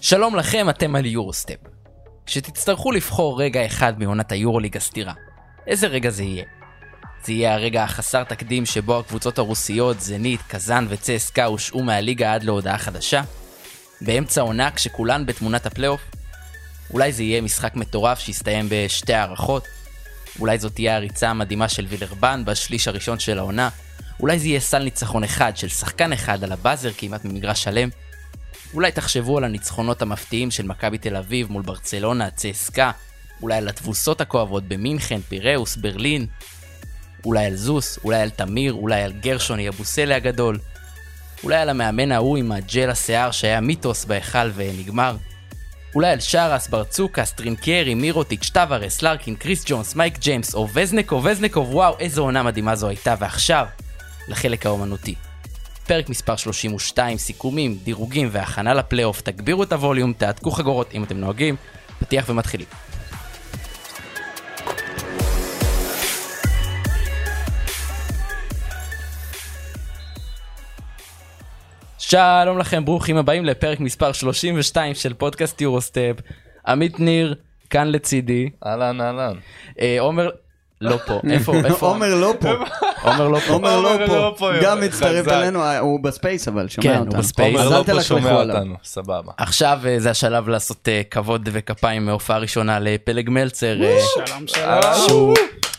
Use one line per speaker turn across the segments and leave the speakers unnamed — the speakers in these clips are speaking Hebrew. שלום לכם, אתם על יורוסטפ. כשתצטרכו לבחור רגע אחד מעונת היורוליג הסדירה, איזה רגע זה יהיה? זה יהיה הרגע החסר תקדים שבו הקבוצות הרוסיות, זנית, קזאן וצסקה הושעו מהליגה עד להודעה חדשה? באמצע עונה כשכולן בתמונת הפלייאוף? אולי זה יהיה משחק מטורף שיסתיים בשתי הערכות? אולי זאת תהיה הריצה המדהימה של וילרבן בשליש הראשון של העונה? אולי זה יהיה סל ניצחון אחד של שחקן אחד על הבאזר כמעט ממגרש שלם? אולי תחשבו על הניצחונות המפתיעים של מכבי תל אביב מול ברצלונה, צסקה, אולי על התבוסות הכואבות במינכן, פיראוס, ברלין, אולי על זוס, אולי על תמיר, אולי על גרשון יבוסלה הגדול, אולי על המאמן ההוא עם הג'ל השיער שהיה מיתוס בהיכל ונגמר, אולי על שרס, ברצוקס, טרינקרי, מירוטיק, שטוורס, לרקין, קריס ג'ונס, מייק ג'יימס, או וזנקוב, וזנקוב, וואו, איזו עונה מדהימה זו הייתה, ועכשיו, לחלק האומנותי. פרק מספר 32, סיכומים, דירוגים והכנה לפלייאוף, תגבירו את הווליום, תעתקו חגורות אם אתם נוהגים, פתיח ומתחילים. שלום לכם, ברוכים הבאים לפרק מספר 32 של פודקאסט יורוסטפ. עמית ניר, כאן לצידי.
אהלן אהלן.
אה, עומר, לא פה, איפה, איפה?
עומר לא פה,
עומר לא פה.
עומר
עומר
לא
לא
פה,
פה,
גם
חזק.
הצטרף אלינו, אה, הוא בספייס אבל, שומע
כן,
אותנו.
הוא בספייס.
אז
עומר
אל
לא פה
תלכלכו
שומע
עליו.
אותנו, סבבה.
עכשיו אה, זה השלב לעשות אה, כבוד וכפיים מההופעה הראשונה לפלג מלצר. אה,
שלום
אה.
שלום.
שהוא,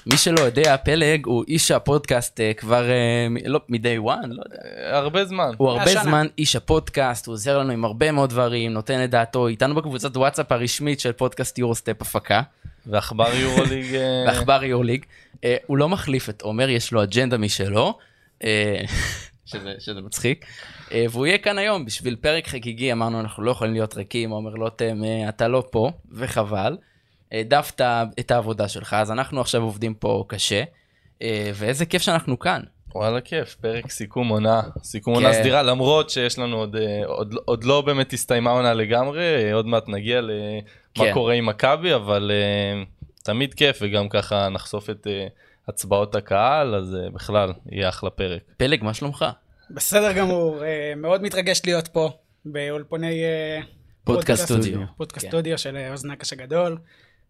מי שלא יודע, פלג הוא איש הפודקאסט אה, כבר, אה, מ- לא, מ-day one, לא יודע.
אה, הרבה זמן.
הוא הרבה
מהשנה.
זמן איש הפודקאסט, הוא עוזר לנו עם הרבה מאוד דברים, נותן את דעתו, איתנו בקבוצת וואטסאפ הרשמית של פודקאסט יורוסטפ הפקה,
ועכבר יורוליג... אה,
ועכבר יורליג. אה, הוא לא מחליף את עומר, יש לו אג'נדה משלו, אה, שזה, שזה מצחיק. אה, והוא יהיה כאן היום בשביל פרק חגיגי, אמרנו אנחנו לא יכולים להיות ריקים, עומר לוטם, אה, אתה לא פה, וחבל. העדפת את העבודה שלך, אז אנחנו עכשיו עובדים פה קשה, אה, ואיזה כיף שאנחנו כאן.
וואלה כיף, פרק סיכום עונה, סיכום עונה
כן.
סדירה, למרות שיש לנו עוד, אה, עוד, עוד לא באמת הסתיימה עונה לגמרי, אה, עוד מעט נגיע למה
כן.
קורה עם מכבי, אבל אה, תמיד כיף, וגם ככה נחשוף את אה, הצבעות הקהל, אז אה, בכלל, יהיה אחלה פרק.
פלג, מה שלומך?
בסדר גמור, אה, מאוד מתרגש להיות פה באולפני אה,
סטודיו.
פודקאסט
כן.
סטודיו של אה, אוז נקש הגדול.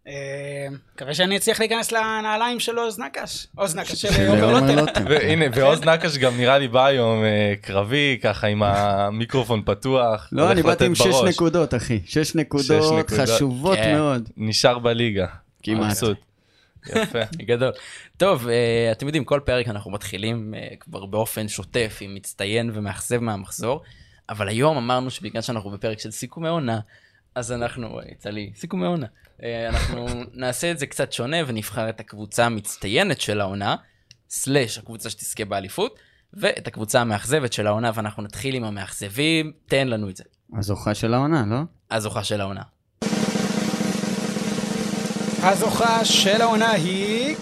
אה, מקווה שאני אצליח להיכנס לנעליים של עוז נקש, עוז נקש של אה, עומר
עומר
לוטר.
לוטם.
והנה, ועוז נקש גם נראה לי בא היום אה, קרבי, ככה עם המיקרופון פתוח.
לא,
הולך
אני באתי עם
לתת
שש
בראש.
נקודות, אחי. שש
שש
נקודות
נקודות.
חשובות
כן.
מאוד.
נשאר בליגה.
אה,
כמעט.
מבסוט. יפה.
גדול. טוב, אה, אתם יודעים, כל פרק אנחנו מתחילים אה, כבר באופן שוטף עם מצטיין ומאכזב מהמחזור, אבל היום אמרנו שבגלל שאנחנו בפרק של סיכומי עונה, אז אנחנו, אה, יצא לי סיכומי עונה, אה, אנחנו נעשה את זה קצת שונה ונבחר את הקבוצה המצטיינת של העונה, סלאש הקבוצה שתזכה באליפות, ואת הקבוצה המאכזבת של העונה, ואנחנו נתחיל עם המאכזבים, תן לנו את זה.
הזוכה של העונה, לא?
הזוכה של העונה.
הזוכה של העונה היא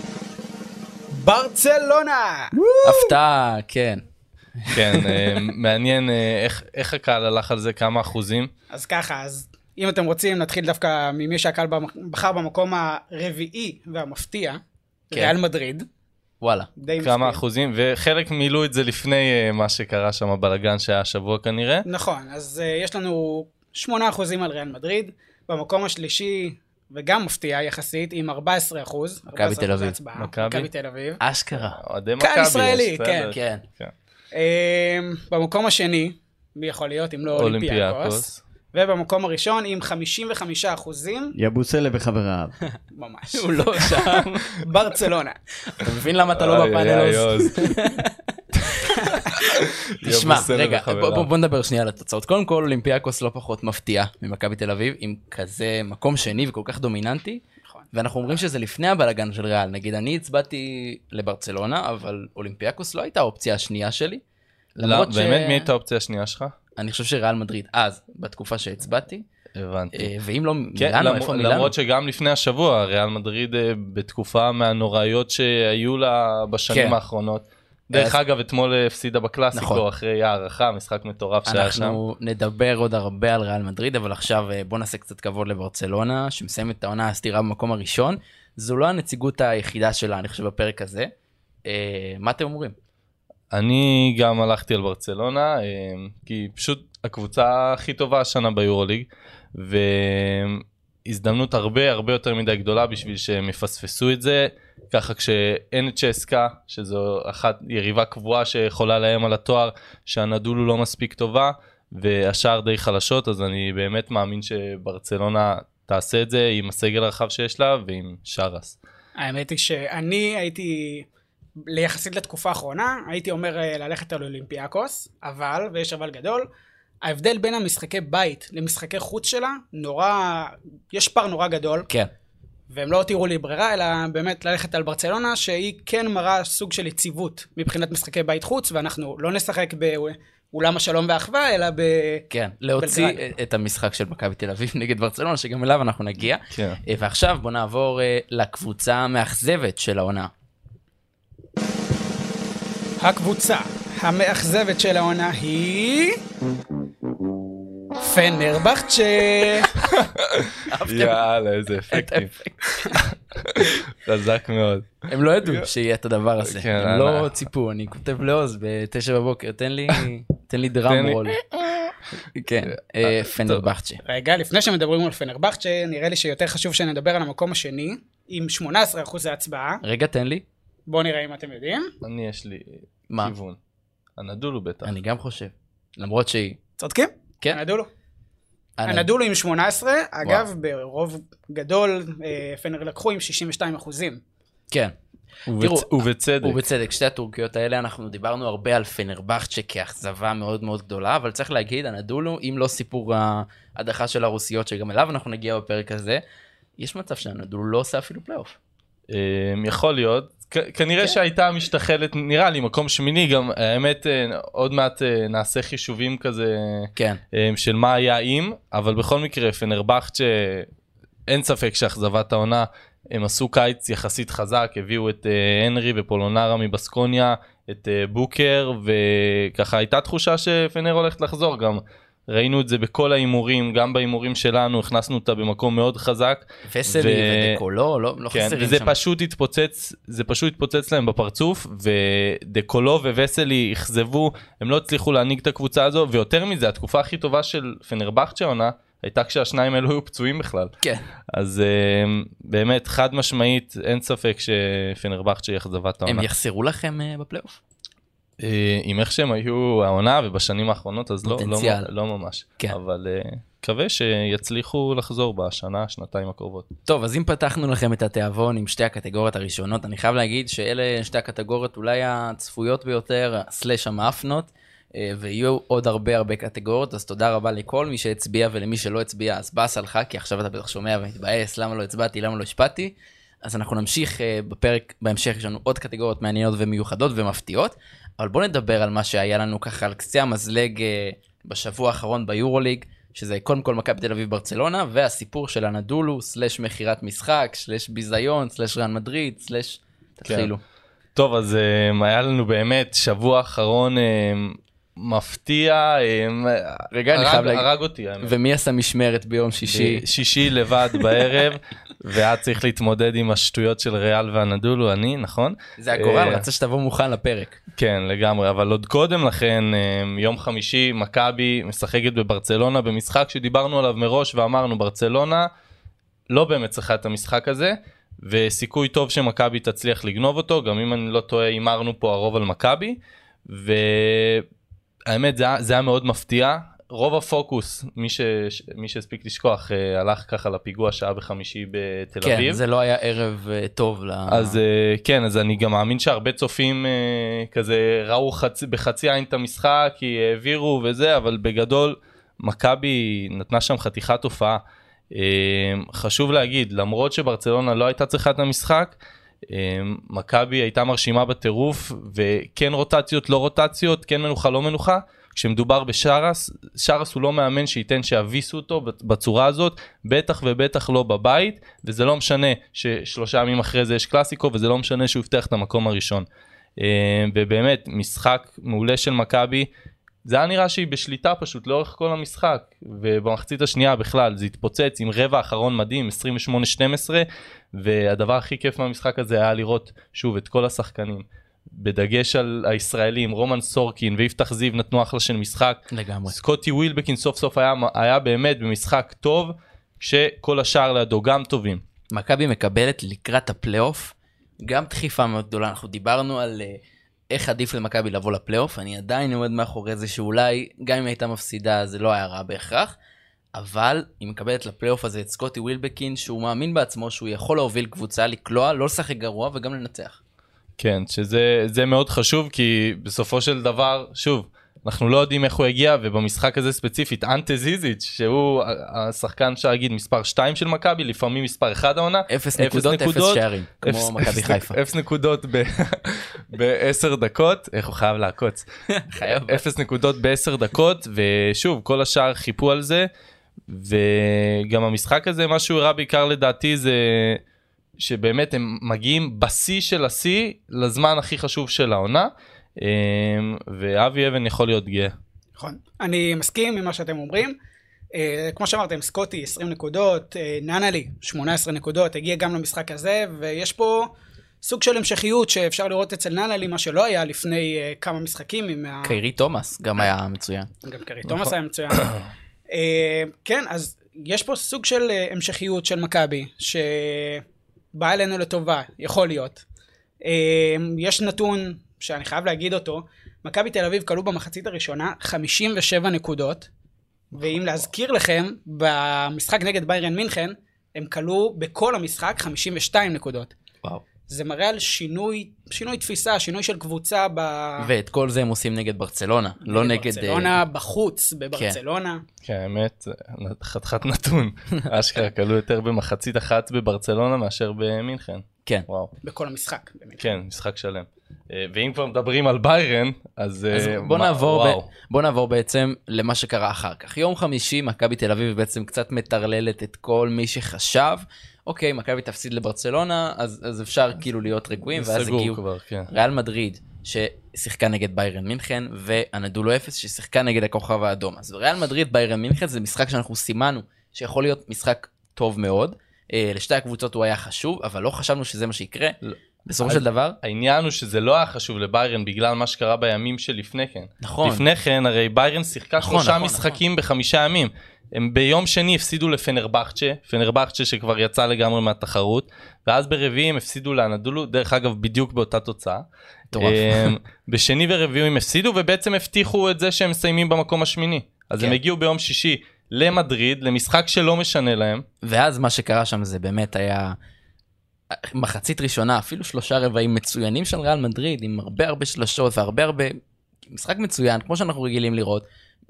ברצלונה.
הפתעה, כן.
כן, אה, מעניין אה, איך- איך הקהל הלך על זה, כמה אחוזים.
אה,
אז ככה, אז אם אתם רוצים נתחיל דווקא ממי שהקהל במ- בחר במקום הרביעי והמפתיע,
כן.
ריאל מדריד.
וואלה.
די
כמה
מפתיע.
אחוזים, וחלק מילאו את זה לפני אה, מה שקרה שם, הבלגן שהיה השבוע כנראה.
נכון, אז uh, יש לנו 8% על ריאל מדריד, במקום השלישי, וגם מפתיע יחסית, עם 14%.
מכבי תל
14%
אביב.
הצבעה.
מכבי?
מכבי תל אביב.
אשכרה.
אוהדי
קהל
מכבי. יש,
ישראלי,
בסדר.
כן.
כן.
Um, במקום השני, מי יכול להיות אם לא אולימפיאקוס?
אולימפיאקוס.
ובמקום הראשון עם 55%
יבוסלה וחבריו.
ממש.
הוא לא שם.
ברצלונה.
אתה מבין למה אתה לא
איי, איי,
בפאנל?
עוז.
תשמע,
יבוסלה
רגע,
וחבריו.
בוא- בוא בוא נדבר שנייה על התוצאות. קודם כל, אולימפיאקוס לא פחות מפתיע ממכבי תל אביב, עם כזה מקום שני וכל כך דומיננטי,
נכון.
ואנחנו אומרים שזה לפני הבלאגן של ריאל. נגיד, אני הצבעתי לברצלונה, אבל אולימפיאקוס לא הייתה האופציה השנייה שלי.
לא,
למרות ש-
באמת, מי הייתה האופציה השנייה שלך?
אני חושב שריאל מדריד אז, בתקופה שהצבעתי,
הבנתי.
אה, ואם לא
כן,
מילאנו,
למ-
איפה מילאנו?
למרות שגם לפני השבוע, ריאל מדריד אה, בתקופה מהנוראיות שהיו לה
כן.
בשנים האחרונות. דרך
אז-
אגב, אתמול אה, הפסידה
נכון.
בקלאסיקו אחרי הערכה, משחק מטורף שהיה שם.
אנחנו נדבר עוד הרבה על ריאל מדריד, אבל עכשיו אה, בוא נעשה קצת כבוד לברצלונה, שמסיימת את העונה הסדירה במקום הראשון. זו לא הנציגות היחידה שלה, אני חושב, בפרק הזה. אה, מה אתם אומרים?
אני גם הלכתי על ברצלונה, אה, כי פשוט הקבוצה הכי טובה השנה ביורוליג, והזדמנות הרבה הרבה יותר מדי גדולה בשביל שהם יפספסו את זה, ככה כשאין את צ'סקה, שזו אחת יריבה קבועה שיכולה להם על התואר, שהנדולו לא מספיק טובה, והשאר די חלשות, אז אני באמת מאמין שברצלונה תעשה את זה עם הסגל הרחב שיש לה ועם שרס.
האמת היא שאני הייתי, יחסית לתקופה האחרונה, הייתי אומר אה, ללכת על אולימפיאקוס, אבל, ויש אבל גדול, ההבדל בין המשחקי בית למשחקי חוץ שלה, נורא, יש פער נורא גדול,
כן.
והם לא הותירו לי ברירה, אלא באמת ללכת על ברצלונה, שהיא כן מראה סוג של יציבות מבחינת משחקי בית חוץ, ואנחנו לא נשחק באולם השלום והאחווה, אלא ב...
כן, להוציא
בלגרד.
את המשחק של מכבי תל אביב נגד ברצלונה, שגם אליו אנחנו נגיע.
כן.
אה, ועכשיו בוא נעבור אה, לקבוצה המאכזבת של העונה.
הקבוצה המאכזבת של העונה היא... פנרבכצ'ה.
אוקיי.
יאללה, איזה אפקטים. חזק מאוד.
הם לא ידעו שיהיה את הדבר הזה,
כן,
הם לא
אנא.
ציפו, אני כותב לעוז בתשע בבוקר, תן לי, תן לי דראם
תן לי.
רול. כן, אה, פנרבחצ'ה.
רגע, לפני שמדברים על פנרבכצ'ה, נראה לי שיותר חשוב שנדבר על המקום השני, עם 18% הצבעה.
רגע, תן לי.
בואו נראה אם אתם יודעים.
אני יש לי
מה?
כיוון. הנדולו בטח.
אני גם חושב. למרות שהיא...
צודקים?
כן.
הנדולו. הנדולו עם 18, אגב, ברוב גדול, אה, פנר לקחו עם 62 אחוזים.
כן.
ובצ-
תראו,
ובצדק.
ובצדק, שתי הטורקיות האלה, אנחנו דיברנו הרבה על פנרבכצ'ה כאכזבה מאוד מאוד גדולה, אבל צריך להגיד, הנדולו, אם לא סיפור ההדחה של הרוסיות, שגם אליו אנחנו נגיע בפרק הזה, יש מצב שהנדולו לא עושה אפילו פלייאוף.
אמ, יכול להיות. כ-
כן.
כנראה שהייתה משתחלת, נראה לי, מקום שמיני גם, האמת, אה, עוד מעט אה, נעשה חישובים כזה
כן.
אמ, של מה היה אם, אבל בכל מקרה, פנרבכצ'ה, אין ספק שאכזבת העונה, הם עשו קיץ יחסית חזק, הביאו את אה, הנרי ופולונרה מבסקוניה, את אה, בוקר, וככה הייתה תחושה שפנר הולכת לחזור גם. ראינו את זה בכל ההימורים, גם בהימורים שלנו, הכנסנו אותה במקום מאוד חזק.
וסלי
ו-
ודקולו, לא לא
כן,
חסרים
וזה
שם.
פשוט התפוצץ, זה פשוט התפוצץ להם בפרצוף, ודקולו וווסלי אכזבו, הם לא הצליחו להנהיג את הקבוצה הזו, ויותר מזה, התקופה הכי טובה של פנרבכצ'ה עונה, הייתה כשהשניים האלו היו פצועים בכלל.
כן.
אז אה, באמת, חד משמעית, אין ספק שפנרבכצ'ה היא אכזבת
הם
העונה.
יחסרו לכם אה, בפלייאוף?
אה, עם איך שהם היו העונה ובשנים האחרונות, אז לא, לא,
פוטנציאל.
לא ממש.
כן.
אבל אה, מקווה שיצליחו לחזור בשנה, שנתיים הקרובות.
טוב, אז אם פתחנו לכם את התיאבון עם שתי הקטגוריות הראשונות, אני חייב להגיד שאלה שתי הקטגוריות אולי הצפויות ביותר, אה, סלאש המאפנות, אה, ויהיו עוד הרבה הרבה קטגוריות, אז תודה רבה לכל מי שהצביע ולמי שלא הצביע, אז באס עליך, כי עכשיו אתה בטח שומע ומתבאס, למה לא הצבעתי, למה לא השפעתי. אז אנחנו נמשיך אה, בפרק, בהמשך יש לנו עוד קטגוריות מעניינות ומיוחדות ומפתיעות, אבל בואו נדבר על מה שהיה לנו ככה על קצה המזלג אה, בשבוע האחרון ביורוליג, שזה קודם כל מכבי תל אביב ברצלונה, והסיפור של הנדולו, סלש מכירת משחק, סלש ביזיון, סלש רן מדריד, סלש... תתחילו.
טוב, אז um, היה לנו באמת שבוע אחרון um, מפתיע. Um,
רגע, אני חייב להגיד-
הרג אותי, האמת.
ומי עשה משמרת ביום שישי?
שישי לבד בערב, והיה צריך להתמודד עם השטויות של ריאל והנדולו, אני, נכון?
זה הגורל,
אה,
רצה שתבוא מוכן לפרק.
כן, לגמרי, אבל עוד קודם לכן, אמ, יום חמישי, מכבי משחקת בברצלונה במשחק שדיברנו עליו מראש ואמרנו, ברצלונה לא באמת צריכה את המשחק הזה, וסיכוי טוב שמכבי תצליח לגנוב אותו, גם אם אני לא טועה, הימרנו פה הרוב על מכבי, והאמת, זה, היה- זה היה מאוד מפתיע. רוב הפוקוס, מי, ש... מי שהספיק לשכוח, אה, הלך ככה לפיגוע שהיה בחמישי בתל אביב.
כן, זה לא היה ערב אה, טוב ל...
אז אה, כן, אז אני גם מאמין שהרבה צופים אה, כזה ראו חצי, בחצי עין את המשחק, כי העבירו וזה, אבל בגדול, מכבי נתנה שם חתיכת הופעה. אה, חשוב להגיד, למרות שברצלונה לא הייתה צריכה את המשחק, אה, מכבי הייתה מרשימה בטירוף, וכן רוטציות, לא רוטציות, כן מנוחה, לא מנוחה. כשמדובר בשרס, שרס הוא לא מאמן שייתן שיביסו אותו בצורה הזאת, בטח ובטח לא בבית, וזה לא משנה ששלושה ימים אחרי זה יש קלאסיקו, וזה לא משנה שהוא הבטיח את המקום הראשון. אה, ובאמת, משחק מעולה של מכבי, זה היה נראה שהיא בשליטה פשוט לאורך כל המשחק, ובמחצית השנייה בכלל, זה התפוצץ עם רבע אחרון מדהים, 28-12, והדבר הכי כיף מהמשחק הזה היה לראות שוב את כל השחקנים. בדגש על הישראלים, רומן סורקין ויפתח זיו נתנו אחלה של משחק.
לגמרי.
סקוטי ווילבקין סוף סוף היה, היה באמת במשחק טוב, כשכל השאר לידו גם טובים.
מכבי מקבלת לקראת הפלייאוף גם דחיפה מאוד גדולה אנחנו דיברנו על אה, איך עדיף למכבי לבוא לפלייאוף אני עדיין עומד מאחורי זה שאולי גם אם הייתה מפסידה זה לא היה רע בהכרח. אבל היא מקבלת לפלייאוף הזה את סקוטי ווילבקין שהוא מאמין בעצמו שהוא יכול להוביל קבוצה לקלוע לא לשחק גרוע וגם לנצח.
כן, שזה זה מאוד חשוב, כי בסופו של דבר, שוב, אנחנו לא יודעים איך הוא יגיע, ובמשחק הזה ספציפית, אנטה זיזיץ', שהוא ה- השחקן, אפשר להגיד, מספר 2 של מכבי, לפעמים מספר 1 העונה,
אפס
אפס
נקודות אפס
נקודות,
שערים
אפס-
כמו מכבי
אפס
חיפה.
נק- אפס נקודות ב-10 דקות, איך הוא חייב לעקוץ.
חייב.
אפס נקודות ב-10 דקות, ושוב, כל השאר חיפו על זה, וגם המשחק הזה, מה שהוא הראה בעיקר לדעתי זה שבאמת הם מגיעים בשיא של השיא לזמן הכי חשוב של העונה, אמ, ואבי אבן יכול להיות גאה.
נכון. אני מסכים עם מה שאתם אומרים. אה, כמו שאמרתם, סקוטי 20 נקודות, אה, ננלי 18 נקודות, הגיע גם למשחק הזה, ויש פה סוג של המשכיות שאפשר לראות אצל ננלי, מה שלא היה לפני אה, כמה משחקים עם ה...
קיירי תומאס גם היה מצוין.
גם
נכון.
קרי תומאס היה מצוין. אה, כן, אז יש פה סוג של אה, המשכיות של מכבי, שבאה אלינו לטובה, יכול להיות. אה, יש נתון שאני חייב להגיד אותו, מכבי תל אביב כלו במחצית הראשונה 57 נקודות,
נכון.
ואם להזכיר לכם, במשחק נגד ביירן מינכן, הם כלו בכל המשחק 52 נקודות.
וואו.
זה מראה על שינוי, שינוי תפיסה, שינוי של קבוצה ב...
ואת כל זה הם עושים נגד ברצלונה לא נגד. אה,
ברצלונה, בחוץ, בברצלונה.
כן, האמת, חתיכת נתון, אשכרה כלו יותר במחצית אחת בברצלונה מאשר במינכן,
כן.
וואו.
בכל המשחק. באמת.
כן, משחק שלם. אה, ואם כבר מדברים על ביירן, אז...
אז
אה,
בוא
מה-
נעבור, ב...
וואו.
בוא נעבור בעצם למה שקרה אחר כך. יום חמישי מכבי תל אביב בעצם קצת מטרללת את כל מי שחשב, אוקיי, מכבי תפסיד לברצלונה, אז, אז אפשר כאילו להיות רגועים,
זה
ואז
סגור
הגיעו
כבר, כן.
ריאל מדריד, ששיחקה נגד ביירן מינכן, והנדולו אפס, ששיחקה נגד הכוכב האדום. אז ריאל מדריד, ביירן מינכן, זה משחק שאנחנו סימנו, שיכול להיות משחק טוב מאוד. אה, לשתי הקבוצות הוא היה חשוב, אבל לא חשבנו שזה מה שיקרה.
לא.
בסופו
אז-
של דבר,
העניין הוא שזה לא היה חשוב לביירן בגלל מה שקרה בימים שלפני כן.
נכון.
לפני כן הרי ביירן שיחקה
נכון,
שלושה
נכון,
משחקים בחמישה ימים. הם ביום שני הפסידו לפנרבחצ'ה, פנרבחצ'ה שכבר יצא לגמרי מהתחרות, ואז ברביעי הם הפסידו לאנדולו, דרך אגב בדיוק באותה תוצאה.
מטורף.
אמ, בשני ורביעי הם הפסידו ובעצם הבטיחו את זה שהם מסיימים במקום השמיני. אז הם
כן.
הגיעו ביום שישי למדריד, למשחק שלא משנה להם.
ואז מה שקרה שם זה באמת היה מחצית ראשונה, אפילו שלושה רבעים מצוינים של ריאל מדריד, עם הרבה הרבה שלשות והרבה הרבה... משחק מצוין, כמו שאנחנו רגילים לראות.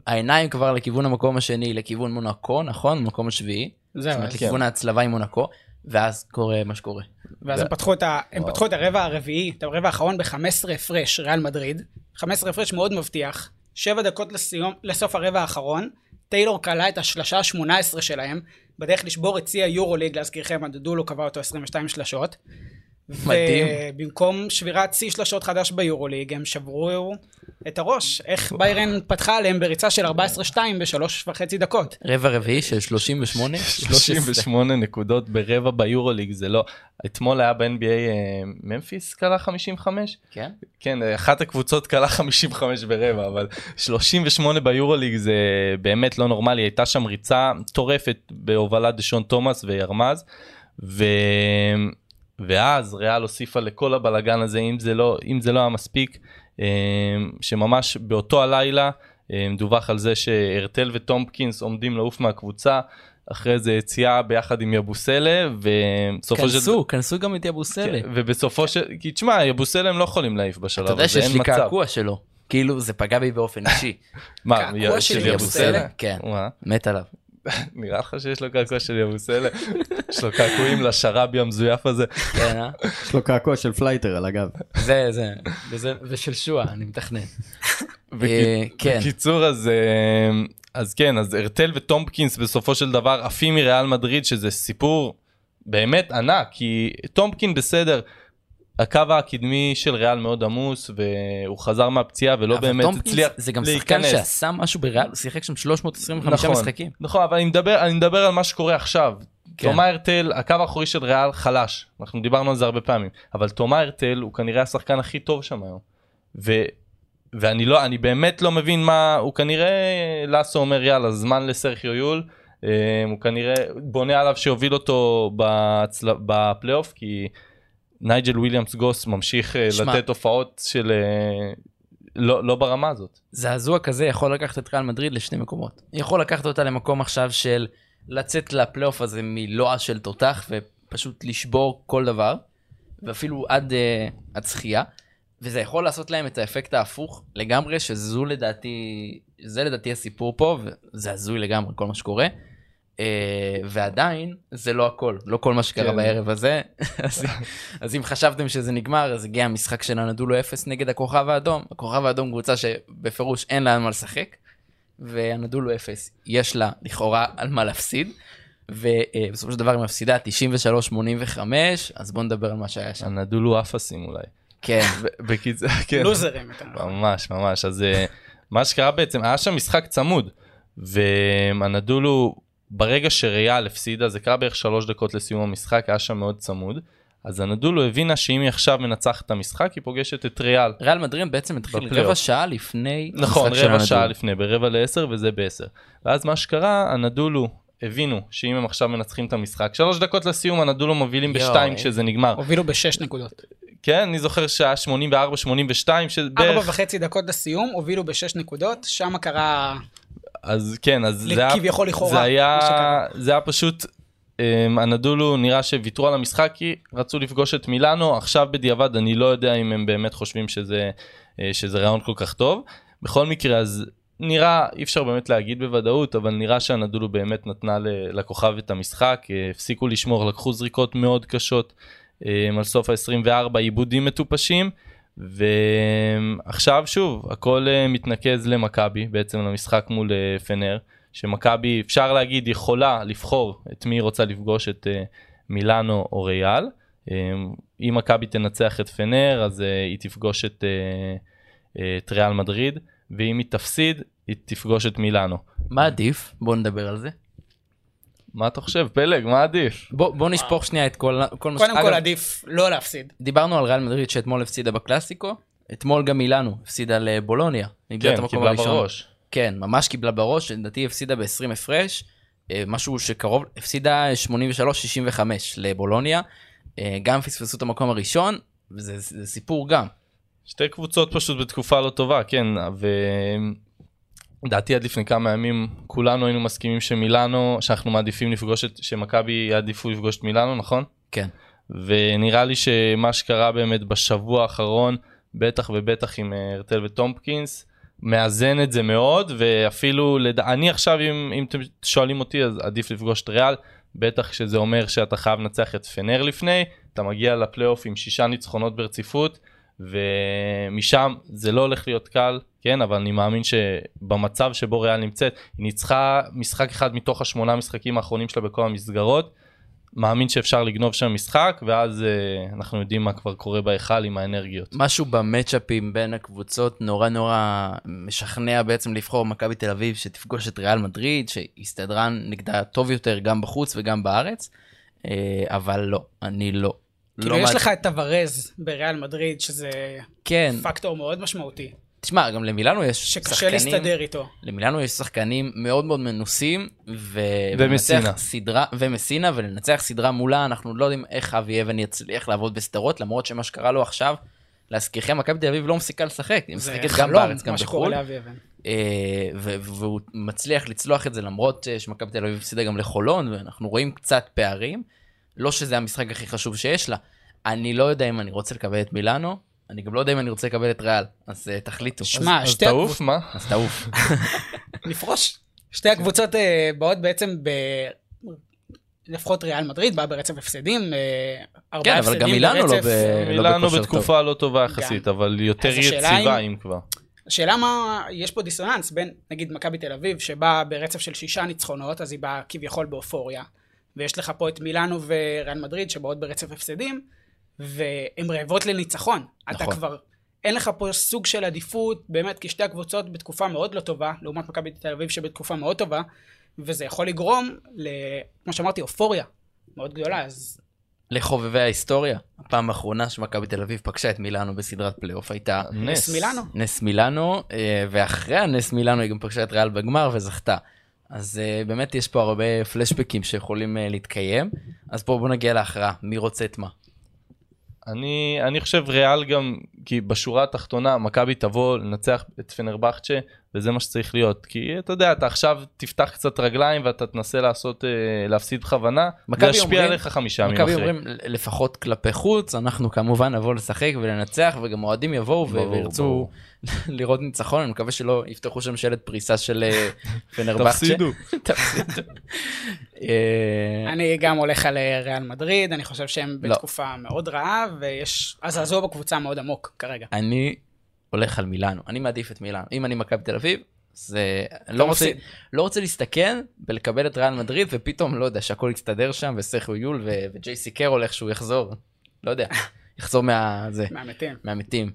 העיניים כבר לכיוון המקום השני, לכיוון מונקו, נכון? מקום השביעי. זאת
זהו,
אומרת,
כן.
כן,
אז-
לכיוון ההצלבה עם מונקו, ואז קורה מה שקורה.
ואז הם פתחו את ה- הם
וואו.
פתחו את הרבע הרביעי, את הרבע האחרון ב-15 הפרש, ריאל מדריד. 15 הפרש מאוד מבטיח. שבע דקות לסיום- לסוף הרבע האחרון, טיילור כלה את השלשה ה-18 שלהם, בדרך לשבור את שיא היורוליג, להזכירכם, הדודולו קבע אותו 22 שלשות.
מדהים.
ובמקום שבירת שיא שלשות חדש ביורוליג, הם שברו את הראש. איך ביירן פתחה עליהם בריצה של 14-2 בשלוש וחצי דקות.
רבע רביעי של 38, 13.
38 נקודות ברבע ביורוליג זה לא אתמול היה ב-NBA אה, ממפיס כלה 55
כן?
כן אה, אחת הקבוצות כלה 55 ברבע אבל 38 ביורוליג זה באמת לא נורמלי הייתה שם ריצה מטורפת בהובלת דשון תומאס וירמז ו... ואז ריאל הוסיפה לכל הבלגן הזה אם זה לא אם זה לא היה מספיק אה, שממש באותו הלילה אה, מדווח על זה שהרטל וטומפקינס עומדים לעוף מהקבוצה. אחרי זה יציאה ביחד עם יבוסלה ובסופו של
כנסו, כנסו גם את יבוסלה.
כן, ובסופו של... כי תשמע, יבוסלה הם לא יכולים להעיף בשלב
אתה
הזה, אין
יודע
מצב.
שיש לי קעקוע שלו. כאילו, זה פגע בי באופן אישי.
מה,
קעקוע
יא-
של
של
יבוסלה?
יבוסלה?
כן.
מה?
מת עליו.
נראה לך שיש לו קעקוע של יבוסלה? יש לו קעקועים לשרבי המזויף הזה.
כן, אה?
יש לו קעקוע של פלייטר על הגב.
זה, זה, וזה, ושל שועה, אני מתכנן.
וכי-
כן.
בקיצור, אז... אה, אז כן, אז הרטל וטומפקינס בסופו של דבר עפים מריאל מדריד, שזה סיפור באמת ענק, כי טומפקין בסדר. הקו הקדמי של ריאל מאוד עמוס והוא חזר מהפציעה ולא
אבל
לא באמת
טומפקינס
הצליח
זה גם שחקן
להיכנס.
שעשה משהו בריאל, הוא שיחק שם 325
נכון.
משחקים.
נכון, אבל אני מדבר, אני מדבר על מה שקורה עכשיו.
כן.
תומא הרטל, הקו האחורי של ריאל חלש, אנחנו דיברנו על זה הרבה פעמים, אבל תומא הרטל הוא כנראה השחקן הכי טוב שם היום. ו, ואני לא, אני באמת לא מבין מה, הוא כנראה, לאסו אומר יאללה, זמן לסרחיו יול, אה, הוא כנראה בונה עליו שיוביל אותו בצל, בפלייאוף, כי נייג'ל וויליאמס גוס ממשיך אה,
שמע.
לתת הופעות של... אה, לא, לא ברמה הזאת.
זעזוע כזה יכול לקחת את ריאל מדריד לשני מקומות. יכול לקחת אותה למקום עכשיו של לצאת לפלייאוף הזה מלוע של תותח ופשוט לשבור כל דבר, ואפילו עד אה, הצחייה, וזה יכול לעשות להם את האפקט ההפוך לגמרי, שזו לדעתי, זה לדעתי הסיפור פה, וזה הזוי לגמרי כל מה שקורה. אה, ועדיין זה לא הכל, לא כל מה שקרה
כן.
בערב הזה. אז, אז אם חשבתם שזה נגמר, אז הגיע המשחק של הנדולו 0 נגד הכוכב האדום. הכוכב האדום קבוצה שבפירוש אין לה על מה לשחק, והנדולו 0 יש לה לכאורה על מה להפסיד. ובסופו של דבר היא מפסידה 93-85, אז בואו נדבר על מה שהיה שם.
הנדולו אפסים אולי.
כן,
בקיצור, כן.
לוזרים. אתה-
ממש ממש אז אה, מה שקרה בעצם היה שם משחק צמוד והנדולו ברגע שריאל הפסידה זה קרה בערך שלוש דקות לסיום המשחק היה שם מאוד צמוד אז הנדולו הבינה שאם היא עכשיו מנצחת את המשחק היא פוגשת את ריאל.
ריאל מדרים בעצם התחיל
בפלייאוף.
רבע שעה לפני...
נכון
המשחק של
רבע שעה
הנדולו.
לפני ברבע לעשר וזה בעשר. ואז מה שקרה הנדולו הבינו שאם הם עכשיו מנצחים את המשחק שלוש דקות לסיום הנדולו מובילים
יואו.
בשתיים כשזה נגמר
הובילו בשש נקודות.
כן אני זוכר שהיה 84 82
ארבע
שבערך
וחצי דקות לסיום, הובילו בשש נקודות, שם קרה...
אז כן, אז זה היה,
כביכול לכאורה,
זה היה,
מה שקרה.
זה היה פשוט, אמ, הנדולו נראה שוויתרו על המשחק כי רצו לפגוש את מילאנו, עכשיו בדיעבד אני לא יודע אם הם באמת חושבים שזה, אה, שזה רעיון כל כך טוב. בכל מקרה, אז נראה, אי אפשר באמת להגיד בוודאות, אבל נראה שהנדולו באמת נתנה ל- לכוכב את המשחק, אה, הפסיקו לשמור, לקחו זריקות מאוד קשות אמ, על סוף ה-24, עיבודים מטופשים. ועכשיו שוב הכל אה, מתנקז למכבי בעצם למשחק מול אה, פנר שמכבי אפשר להגיד יכולה לבחור את מי היא רוצה לפגוש את אה, מילאנו או ריאל. אה, אם מכבי תנצח את פנר אז אה, היא תפגוש את, אה, אה, את ריאל מדריד ואם היא תפסיד היא תפגוש את מילאנו.
מה עדיף? בואו נדבר על זה.
מה אתה חושב פלג מה עדיף?
בוא, בוא נשפוך שנייה את כל, כל מה ש-
אה. קודם כל
אגב,
עדיף לא להפסיד.
דיברנו על ריאל מדריד שאתמול הפסידה בקלאסיקו, אתמול גם אילנו הפסידה לבולוניה. איבדה את
כן
המקום
קיבלה
הראשון.
בראש.
כן, ממש קיבלה בראש, לדעתי הפסידה ב-20 הפרש, אה, משהו שקרוב, הפסידה 83-65 לבולוניה, אה, גם פספסו את המקום הראשון, וזה זה סיפור גם.
שתי קבוצות פשוט בתקופה לא טובה, כן, ודעתי עד לפני כמה ימים כולנו היינו מסכימים שמילאנו, שאנחנו מעדיפים לפגוש את, שמכבי יעדיפו לפגוש את מילאנו, נכון?
כן.
ונראה לי שמה שקרה באמת בשבוע האחרון, בטח ובטח עם אה, הרטל וטומפקינס, מאזן את זה מאוד, ואפילו, לד... אני עכשיו, אם, אם אתם שואלים אותי, אז עדיף לפגוש את ריאל, בטח כשזה אומר שאתה חייב לנצח את פנר לפני, אתה מגיע לפלייאוף עם שישה ניצחונות ברציפות, ומשם זה לא הולך להיות קל, כן, אבל אני מאמין שבמצב שבו ריאל נמצאת, היא ניצחה משחק אחד מתוך השמונה משחקים האחרונים שלה בכל המסגרות, מאמין שאפשר לגנוב שם משחק, ואז אה, אנחנו יודעים מה כבר קורה בהיכל עם האנרגיות.
משהו במצ'אפים בין הקבוצות נורא נורא משכנע בעצם לבחור מכבי תל אביב שתפגוש את ריאל מדריד שהסתדרה נגדה טוב יותר גם בחוץ וגם בארץ אה, אבל לא אני לא. לא
כאילו יש
מעט-
לך את טוורז בריאל מדריד, שזה
כן
פקטור מאוד משמעותי,
תשמע גם למילאנו יש
שקשה
שחקנים
להסתדר איתו.
למילאנו יש שחקנים מאוד מאוד מנוסים ו...
ומסינה.
ולנצח סדרה ומסינה ולנצח סדרה מולה אנחנו לא יודעים איך אבי אבן יצליח לעבוד בסדרות למרות שמה שקרה לו עכשיו. להזכירכם מכבי תל אביב לא מפסיקה לשחק היא
זה
משחקת גם
חלום,
בארץ גם
מה שקורה
בחו"ל.
לאבי אבן.
אה, ו- והוא מצליח לצלוח את זה למרות אה, שמכבי תל אביב הפסידה גם לחולון ואנחנו רואים קצת פערים. לא שזה המשחק הכי חשוב שיש לה. אני לא יודע אם אני רוצה לקבל את מילאנו, אני גם לא יודע אם אני רוצה לקבל את ריאל, אז אה, תחליטו.
שמע,
אז
שתי
תעוף, מה?
אז תעוף.
נפרוש. שתי הקבוצות אה, באות בעצם ב... לפחות ריאל מדריד באה ברצף הפסדים, אה, ארבעה
כן, אבל
הפסדים
גם מילאנו לא
ברצף.
ב- לא
מילאנו
בכושר טוב.
בתקופה לא טובה יחסית, אבל יותר
אז השאלה
יציבה
אם-
אם כבר.
השאלה מה, יש פה דיסוננס בין נגיד מכבי תל אביב, שבאה ברצף של שישה ניצחונות, אז היא באה כביכול באופוריה, ויש לך פה את מילאנו וריאל מדריד שבאות ברצף הפסדים, והן רעבות לניצחון. נכון.
נכון.
אתה כבר, אין לך פה סוג של עדיפות, באמת, כי שתי הקבוצות בתקופה מאוד לא טובה, לעומת מכבי תל אביב שבתקופה מאוד טובה, וזה יכול לגרום, ל, כמו שאמרתי, אופוריה. מאוד גדולה, אז
לחובבי ההיסטוריה, הפעם האחרונה שמכבי תל אביב פגשה את מילאנו בסדרת פלייאוף הייתה
נס.
נס מילאנו.
נס מילאנו, אה, ואחרי הנס מילאנו היא גם פגשה את ריאל בגמר וזכתה. אז אה, באמת יש פה הרבה פלשבקים שיכולים אה, להתקיים. אז בואו בוא נגיע להכרעה, מי רוצה את מה.
אני, אני חושב ריאל גם, כי בשורה התחתונה מכבי תבוא לנצח את פנרבחצ'ה, וזה מה שצריך להיות. כי אתה יודע, אתה עכשיו תפתח קצת רגליים ואתה תנסה לעשות, אה, להפסיד בכוונה,
מכבי
זה ישפיע
אומרים-
עליך חמישה ימים
מכבי
אחרי.
אומרים "ל- לפחות כלפי חוץ, אנחנו כמובן נבוא לשחק ולנצח וגם אוהדים יבואו ו-
ברור,
וירצו
ברור.
לראות ניצחון, אני מקווה שלא יפתחו שם שלט פריסה של אה, פנרבחצ'ה.
תפסידו.
תפסידו. אה,
אני גם הולך על אה, ריאל מדריד, אני חושב שהם
לא.
בתקופה מאוד רעה, ויש הזעזוע בקבוצה מאוד עמוק כרגע.
אני הולך על מילאנו, אני מעדיף את מילאנו. אם אני מכבי תל אביב, זה... אני לא רוצה,
מפסיד.
לא רוצה להסתכן בלקבל את ריאל מדריד, ופתאום, לא יודע, שהכל יסתדר שם, וסכו יול ו- וג'ייסי קרול איכשהו יחזור. לא יודע, יחזור מה... זה,
מהמתים.
מהמתים.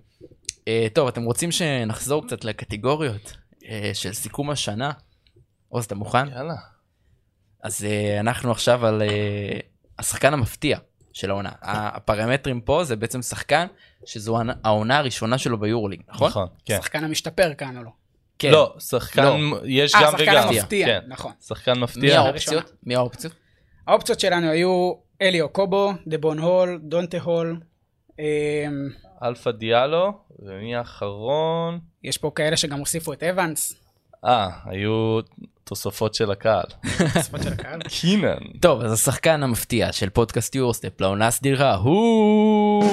אה, טוב, אתם רוצים שנחזור קצת לקטגוריות אה, של סיכום השנה? עוז, אתה מוכן?
יאללה.
אז אה, אנחנו עכשיו על אה, השחקן המפתיע של העונה. ה- הפרמטרים פה זה בעצם שחקן שזו העונה- העונה הראשונה שלו ביורוליג, נכון?
נכון, כן.
שחקן המשתפר כאן או לא?
כן.
לא, שחקן,
לא.
יש
אה,
גם
שחקן
וגם.
המפתיע,
כן.
נכון.
שחקן
מי
מפתיע.
האור?
האופציות? מי האופציות?
האופציות שלנו היו אליו קובו, דבון הול, דונטה הול. אמ,
אלפא דיאלו, ומי האחרון?
יש פה כאלה שגם הוסיפו את אבנס,
אה, היו תוספות של הקהל.
בשפות של הקהל.
קינן.
טוב, אז השחקן המפתיע של פודקאסט יורסטפ לעונה הסדירה הוא...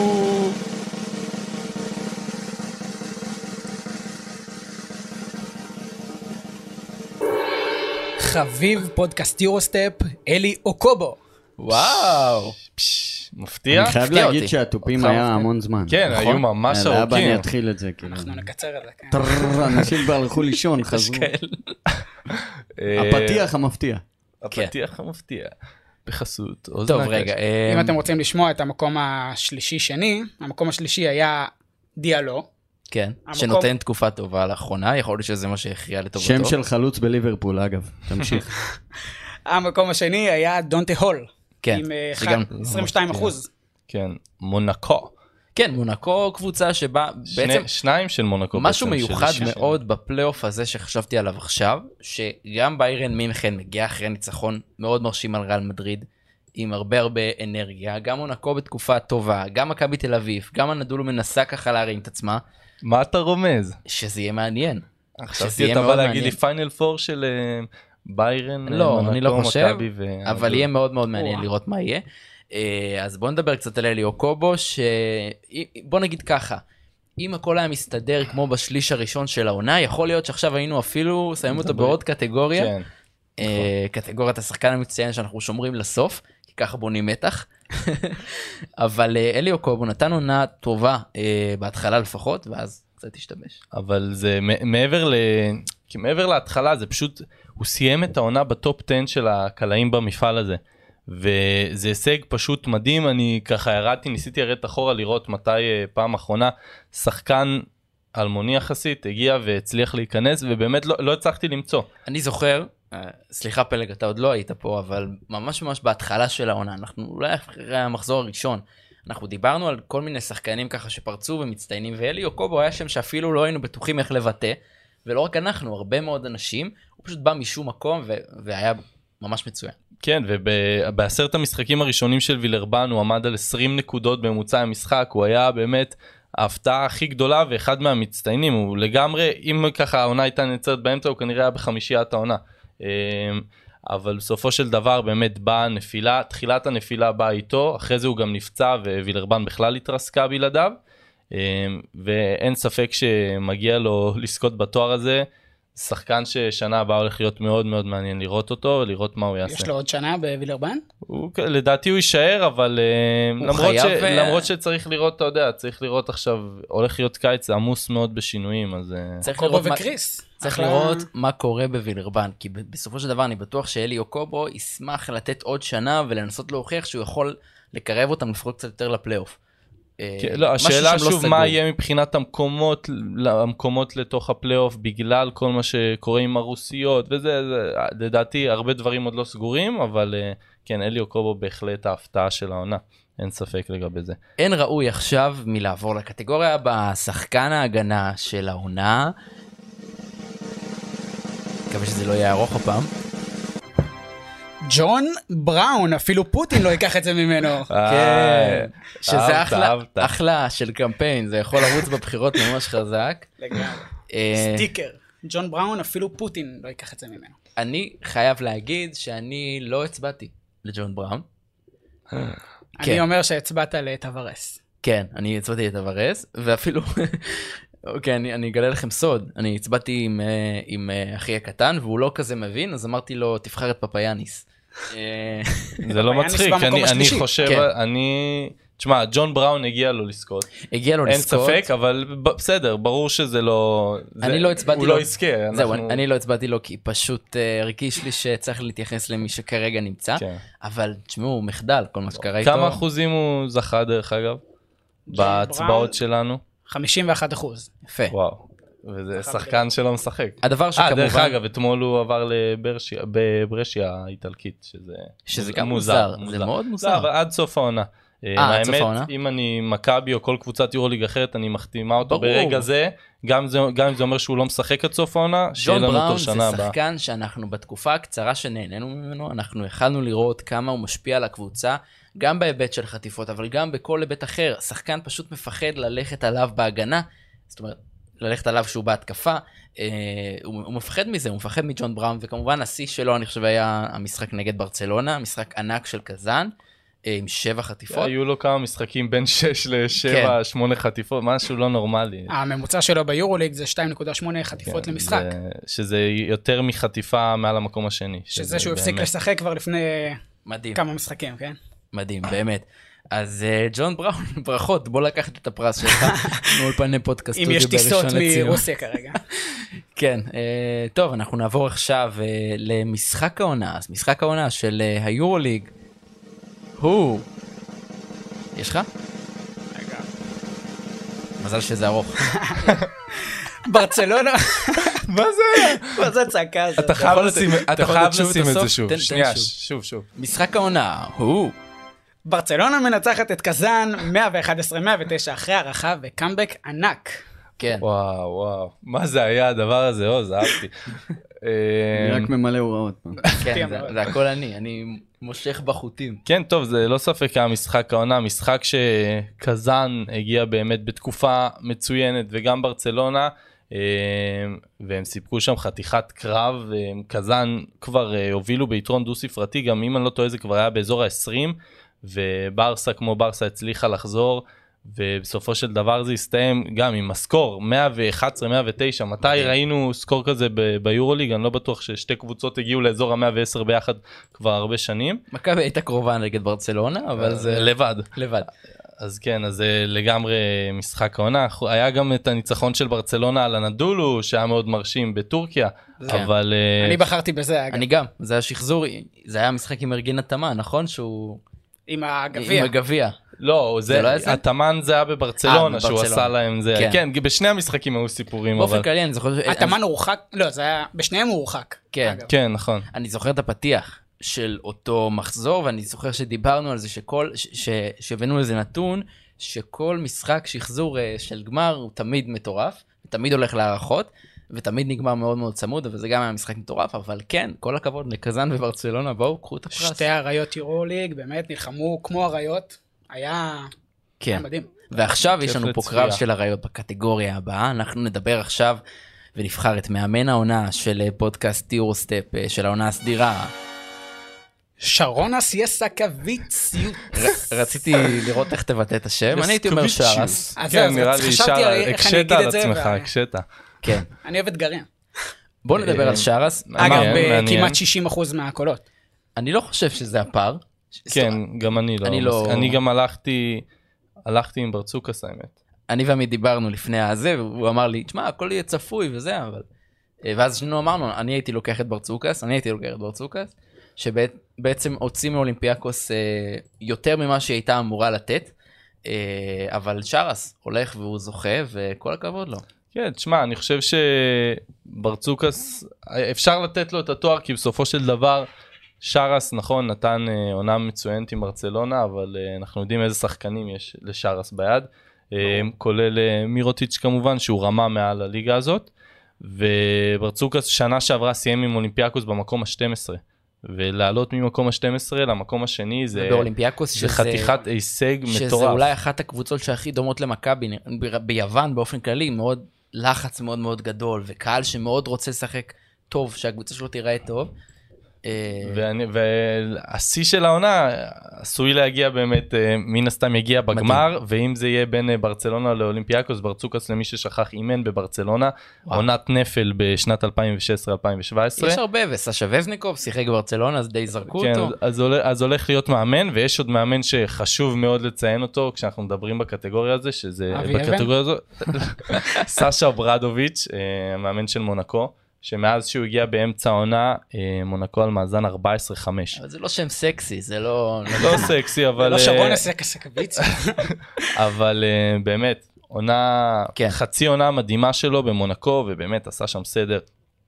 חביב פודקאסט יורוסטפ, אלי אוקובו.
וואו.
פש, מפתיע?
אני חייב
הפתיע
להגיד
אותי.
שהתופים
אותך
היה
מפתיע.
המון זמן.
כן,
נכון.
היו ממש
יאללה, אבא, אני
ארוכים.
אתחיל את זה, כאילו.
אנחנו נקצר את זה, כן.
טררר, אנשים כבר הלכו לישון, חזרו.
כן. אה,
הפתיח המפתיע.
הפתיח המפתיע. בחסות. אוזן
טוב,
הקשב.
רגע. אה,
אם אתם רוצים לשמוע את המקום השלישי-שני, המקום השלישי היה דיאלו.
כן,
המקום-
שנותן תקופה טובה לאחרונה, יכול להיות שזה מה שהכריע לטובתו.
שם של חלוץ בליברפול, אגב. תמשיך.
המקום השני היה דונטה הול.
כן,
עם אה,
שגם-
אחד- 22 אחוז.
כן, מונקו.
כן, מונקו קבוצה שבה בעצם
שני- שניים של מונקו.
משהו
בעצם,
מיוחד
שזה שש-
מאוד בפלייאוף הזה שחשבתי עליו עכשיו, שגם ביירן מינכן מגיע אחרי ניצחון מאוד מרשים על ריאל מדריד, עם הרבה הרבה אנרגיה, גם מונקו בתקופה טובה, גם מכבי תל אביב, גם הנדולו מנסה ככה להרים את עצמה,
מה אתה רומז?
שזה יהיה מעניין.
עכשיו
אה, שזה יהיה
אה, אתה בא
מאוד
להגיד לי
מעניין.
פיינל פור של אה, ביירן, אה,
לא,
מונקו,
אני לא חושב,
מכבי ו- אה,
אבל יהיה מאוד מאוד מעניין
וואו.
לראות מה יהיה. אה, אז בוא נדבר קצת על אליו קובו, ש... בוא נגיד ככה, אם הכל היה מסתדר כמו בשליש הראשון של העונה, יכול להיות שעכשיו היינו אפילו, שמים אותו
מדברים.
בעוד קטגוריה.
כן.
אה, קטגוריית השחקן המצטיין שאנחנו שומרים לסוף, כי ככה בונים מתח. אבל אה, אליו קובו נתן עונה טובה אה, בהתחלה לפחות, ואז קצת השתבש.
אבל זה מ- מעבר ל... כי מעבר להתחלה זה פשוט, הוא סיים את העונה בטופ 10 של הקלעים במפעל הזה. וזה הישג פשוט מדהים, אני ככה ירדתי, ניסיתי לרדת אחורה לראות מתי אה, פעם אחרונה שחקן אלמוני יחסית הגיע והצליח להיכנס ובאמת לא, לא הצלחתי למצוא.
אני זוכר, אה, סליחה פלג, אתה עוד לא היית פה, אבל ממש ממש בהתחלה של העונה, אנחנו אולי אחרי המחזור הראשון, אנחנו דיברנו על כל מיני שחקנים ככה שפרצו ומצטיינים, ואלי אוקובו היה שם שאפילו לא היינו בטוחים איך לבטא, ולא רק אנחנו, הרבה מאוד אנשים, הוא פשוט בא משום מקום ו- והיה ממש מצוין.
כן, ובעשרת המשחקים הראשונים של וילרבן הוא עמד על 20 נקודות בממוצע המשחק, הוא היה באמת ההפתעה הכי גדולה ואחד מהמצטיינים, הוא לגמרי, אם ככה העונה הייתה נעצרת באמצע, הוא כנראה היה בחמישיית העונה. אמ, אבל בסופו של דבר באמת באה הנפילה, תחילת הנפילה באה איתו, אחרי זה הוא גם נפצע ווילרבן בכלל התרסקה בלעדיו, אמ, ואין ספק שמגיע לו לזכות בתואר הזה. שחקן ששנה הבאה הולך להיות מאוד מאוד מעניין לראות אותו ולראות מה הוא יעשה.
יש לו עוד שנה בווילרבן?
הוא, כ- לדעתי הוא יישאר, אבל אה,
הוא
למרות, ש,
חייב, אה,
למרות שצריך לראות, אתה יודע, צריך לראות עכשיו, הולך להיות קיץ זה עמוס מאוד בשינויים, אז... אה,
צריך
קובו
מה-
וקריס.
צריך
אחלה-
לראות מה קורה בווילרבן, כי ב- בסופו של דבר אני בטוח שאלי אוקובו ישמח לתת עוד שנה ולנסות להוכיח שהוא יכול לקרב אותם לפחות קצת יותר לפלייאוף. אה, אה,
כן, לא,
משהו
השאלה
שם לא
שוב
סגור.
מה יהיה מבחינת המקומות, ל- המקומות לתוך הפלייאוף בגלל כל מה שקורה עם הרוסיות וזה, זה, לדעתי הרבה דברים עוד לא סגורים, אבל אה, כן, אליו קובו בהחלט ההפתעה של העונה, אין ספק לגבי זה.
אין ראוי עכשיו מלעבור לקטגוריה הבאה, שחקן ההגנה של העונה. מקווה שזה לא יהיה ארוך הפעם.
ג'ון בראון, אפילו פוטין לא ייקח את זה ממנו.
כן.
אה,
שזה
אהבת,
אחלה,
אהבת.
אחלה של קמפיין, זה יכול לרוץ בבחירות ממש חזק.
לגמרי.
אה,
סטיקר. ג'ון בראון, אפילו פוטין לא ייקח את זה ממנו.
אני חייב להגיד שאני לא הצבעתי לג'ון בראם.
אני אומר שהצבעת אה, לטוורס.
כן, אני הצבעתי לטוורס, ואפילו, אוקיי, אני, אני אגלה לכם סוד, אני הצבעתי עם, אה, עם אה, אחי הקטן, והוא לא כזה מבין, אז אמרתי לו, תבחר את פפיאניס. אה,
זה לא
היה
מצחיק,
נשבע
אני,
במקום
אני
השלישי.
חושב,
כן.
אני... תשמע, ג'ון בראון הגיע לו לזכות,
הגיע לו
אין
לזכות.
ספק, אבל ב- בסדר, ברור שזה לא... זה-
אני לא הצבעתי
הוא
לו.
לא יזכה,
זהו,
אנחנו-
אני, אני לא הצבעתי לו, כי פשוט אה, הרגיש לי שצריך להתייחס למי שכרגע נמצא,
כן.
אבל תשמעו, מחדל, כל מה שקרה איתו.
כמה אחוזים הוא זכה דרך אגב?
בראון.
בהצבעות שלנו?
51 אחוז.
יפה.
וואו. וזה שחקן שלא משחק.
הדבר
אה, דרך
שכמובן,
אגב, אתמול הוא עבר לברשיה, בברשיה האיטלקית, שזה
שזה גם
מוזר,
מוזר, זה
מוזר.
מאוד
לא,
מוזר.
אבל עד סוף העונה.
אה, עד סוף העונה?
האמת, אם אני מכבי או כל קבוצת יורוליג אחרת, אני מחתימה אותו
ברור.
ברגע זה, גם זה- גם אם זה אומר שהוא לא משחק עד סוף העונה, שיהיה
ג'ון
לנו
בראון
אותו
זה
שנה הבאה.
שחקן שאנחנו בתקופה הקצרה שנהנינו ממנו, אנחנו יכלנו לראות כמה הוא משפיע על הקבוצה, גם בהיבט של חטיפות, אבל גם בכל היבט אחר. שחקן פשוט מפחד ללכת עליו בהגנה, זאת אומרת, ללכת עליו שהוא בהתקפה. אה, הוא, הוא מפחד מזה, הוא מפחד מג'ון בראון, וכמובן השיא שלו, אני חושב, היה המשחק נגד ברצלונה, משחק ענק של קזאן, אה, עם שבע חטיפות.
היו לו כמה משחקים בין 6 ל-7, 8 חטיפות, משהו לא נורמלי.
הממוצע שלו ביורוליג זה 2.8 אה, חטיפות
כן,
למשחק.
זה- שזה יותר מחטיפה מעל המקום השני.
שזה שהוא הפסיק
באמת-
לשחק כבר לפני
מדהים,
כמה משחקים, כן?
מדהים, באמת. אז אה, ג'ון בראון, ברכות, בוא לקחת את הפרס שלך מאולפני פודקאסט.
אם יש
סטודיו
טיסות
בראשון לציון.
מרוסיה כרגע.
כן, אה, טוב, אנחנו נעבור עכשיו אה, למשחק העונה. אז משחק העונה של אה, היורוליג הוא... יש לך? מזל שזה ארוך.
ברצלונה,
מה זה?
מה זה הצעקה הזאת?
אתה חייב
יכול
לשים-
לתת- אתה
אתה
יכול
חייב
לתת שוב
לשים
את
את זה
הסוף? תן-
שוב.
תן
שנייה,
שוב.
שוב, שוב.
משחק העונה הוא...
ברצלונה מנצחת את קזאן 111-109 אחרי הערכה וקאמבק ענק.
כן,
וואו, וואו. מה זה היה הדבר הזה? עוז, אהבתי.
אני
אה,
רק ממלא הוראות.
כן, זה-
מאוד.
זה הכל אני, אני מושך בחוטים.
כן, טוב, זה לא ספק היה משחק העונה, משחק שקזאן הגיע באמת בתקופה מצוינת, וגם ברצלונה, אה, והם סיפקו שם חתיכת קרב, והם- קזאן כבר אה, הובילו ביתרון דו-ספרתי, גם אם אני לא טועה זה כבר היה באזור ה-20, וברסה כמו ברסה הצליחה לחזור. ובסופו של דבר זה הסתיים גם עם הסקור 111 109 מתי ראינו סקור כזה ב- ביורוליג אני לא בטוח ששתי קבוצות הגיעו לאזור ה-110 ביחד כבר הרבה שנים
מכבי הייתה קרובה נגד ברצלונה,
אה,
אבל זה
לבד.
לבד.
אז כן, אז זה לגמרי משחק העונה. היה גם את הניצחון של ברצלונה על הנדולו, שהיה מאוד מרשים בטורקיה,
כן.
אבל... אה,
אני בחרתי בזה, אגב.
אני גם, זה היה שחזור, זה היה משחק עם ארגין התאמה, נכון? שהוא...
עם
עם
הגביע.
הגביע.
לא,
זה לא
זה,
היה זה?
התאמן זה היה בברצלונה,
אה,
שהוא
בברצלונה.
עשה להם זה.
כן.
כן, בשני המשחקים היו סיפורים, אבל...
באופן כללי, אני זוכר... ש-
התאמן הורחק, לא, זה היה, בשניהם הוא הורחק.
כן.
אגב.
כן, נכון.
אני זוכר את הפתיח של אותו מחזור, ואני זוכר שדיברנו על זה שכל, ש- ש- שהבאנו איזה נתון, שכל משחק שחזור אה, של גמר הוא תמיד מטורף, תמיד הולך להערכות, ותמיד נגמר מאוד מאוד צמוד, וזה גם היה משחק מטורף, אבל כן, כל הכבוד לקזאן וברצלונה, בואו, קחו את הפרס.
שתי אריות יורוליג, באמת נלחמו כמו אריות. היה היה
כן.
מדהים.
ועכשיו יש
כיף
לנו פה
לצפייה.
קרב של אריות בקטגוריה הבאה, אנחנו נדבר עכשיו ונבחר את מאמן העונה של אה, פודקאסט טיורסטפ, אה, של העונה הסדירה.
שרונה סייסקוויציוט.
ר- רציתי לראות איך תבטא את השם, אני הייתי אומר
לסקוביצ'יוס.
שרס.
אז
כן,
זהו,
נראה
אז
לי
חשבתי על
שרה,
איך אני
הקשית
אגיד
על
את זה,
עצמך,
ו-
הקשית.
כן.
אני אוהב אתגרים.
בוא נדבר
אה,
על שרס.
אגב, אה,
אמרנו,
מעניין, מעניין.
בכמעט 60% מהקולות.
אני לא חושב שזה הפער. ש-
כן,
זאת אומרת,
גם אני לא...
אני לא-
אני גם הלכתי... הלכתי עם ברצוקס האמת.
אני ועמית דיברנו לפני הזה, והוא אמר לי, תשמע, הכל יהיה צפוי וזה, אבל... אה, ואז שנינו אמרנו, אני הייתי לוקח את ברצוקס, אני הייתי לוקח את ברצוקס, שבעצם הוציא מאולימפיאקוס אה, יותר ממה שהיא הייתה אמורה לתת. אה, אבל שרס הולך והוא זוכה, וכל הכבוד לו.
כן, תשמע, אני חושב שברצוקס, אפשר לתת לו את התואר, כי בסופו של דבר, שרס, נכון, נתן אה, עונה מצוינת עם ברצלונה, אבל אה, אנחנו יודעים איזה שחקנים יש לשרס ביד, אה, כולל אה, מירוטיץ' כמובן, שהוא רמה מעל הליגה הזאת, וברצוקס שנה שעברה סיים עם אולימפיאקוס במקום ה-12, ולעלות ממקום ה-12 למקום השני זה...
ובאולימפיאקוס,
זה
שזה
חתיכת הישג מטורף.
שזה אולי אחת הקבוצות שהכי דומות למכבי ב- ביוון באופן כללי, מאוד לחץ מאוד מאוד גדול, וקהל שמאוד רוצה לשחק טוב, שהקבוצה שלו תיראה טוב. אה,
ואני- והשיא של העונה עשוי להגיע באמת, אה, מן הסתם יגיע בגמר, ואם זה יהיה בין אה, ברצלונה לאולימפיאקוס, ברצוקס למי ששכח אימן בברצלונה,
וואו.
עונת נפל בשנת 2016-2017.
יש הרבה, וסשה וזניקוב שיחק בברצלונה, אז די זרקו
כן,
אותו.
אז, הול- אז הולך להיות מאמן, ויש עוד מאמן שחשוב מאוד לציין אותו כשאנחנו מדברים בקטגוריה הזו, שזה...
אבי
בקטגוריה הזו, סשה ברדוביץ', אה, המאמן של מונקו, שמאז שהוא הגיע באמצע העונה, אה, מונקו על מאזן 14-5.
אבל זה לא שם סקסי, זה לא...
לא סקסי אבל
לא
אה,
שרון עשה כסקוויץ.
אבל אה, באמת עונה
כן.
חצי עונה מדהימה שלו במונקו ובאמת עשה שם סדר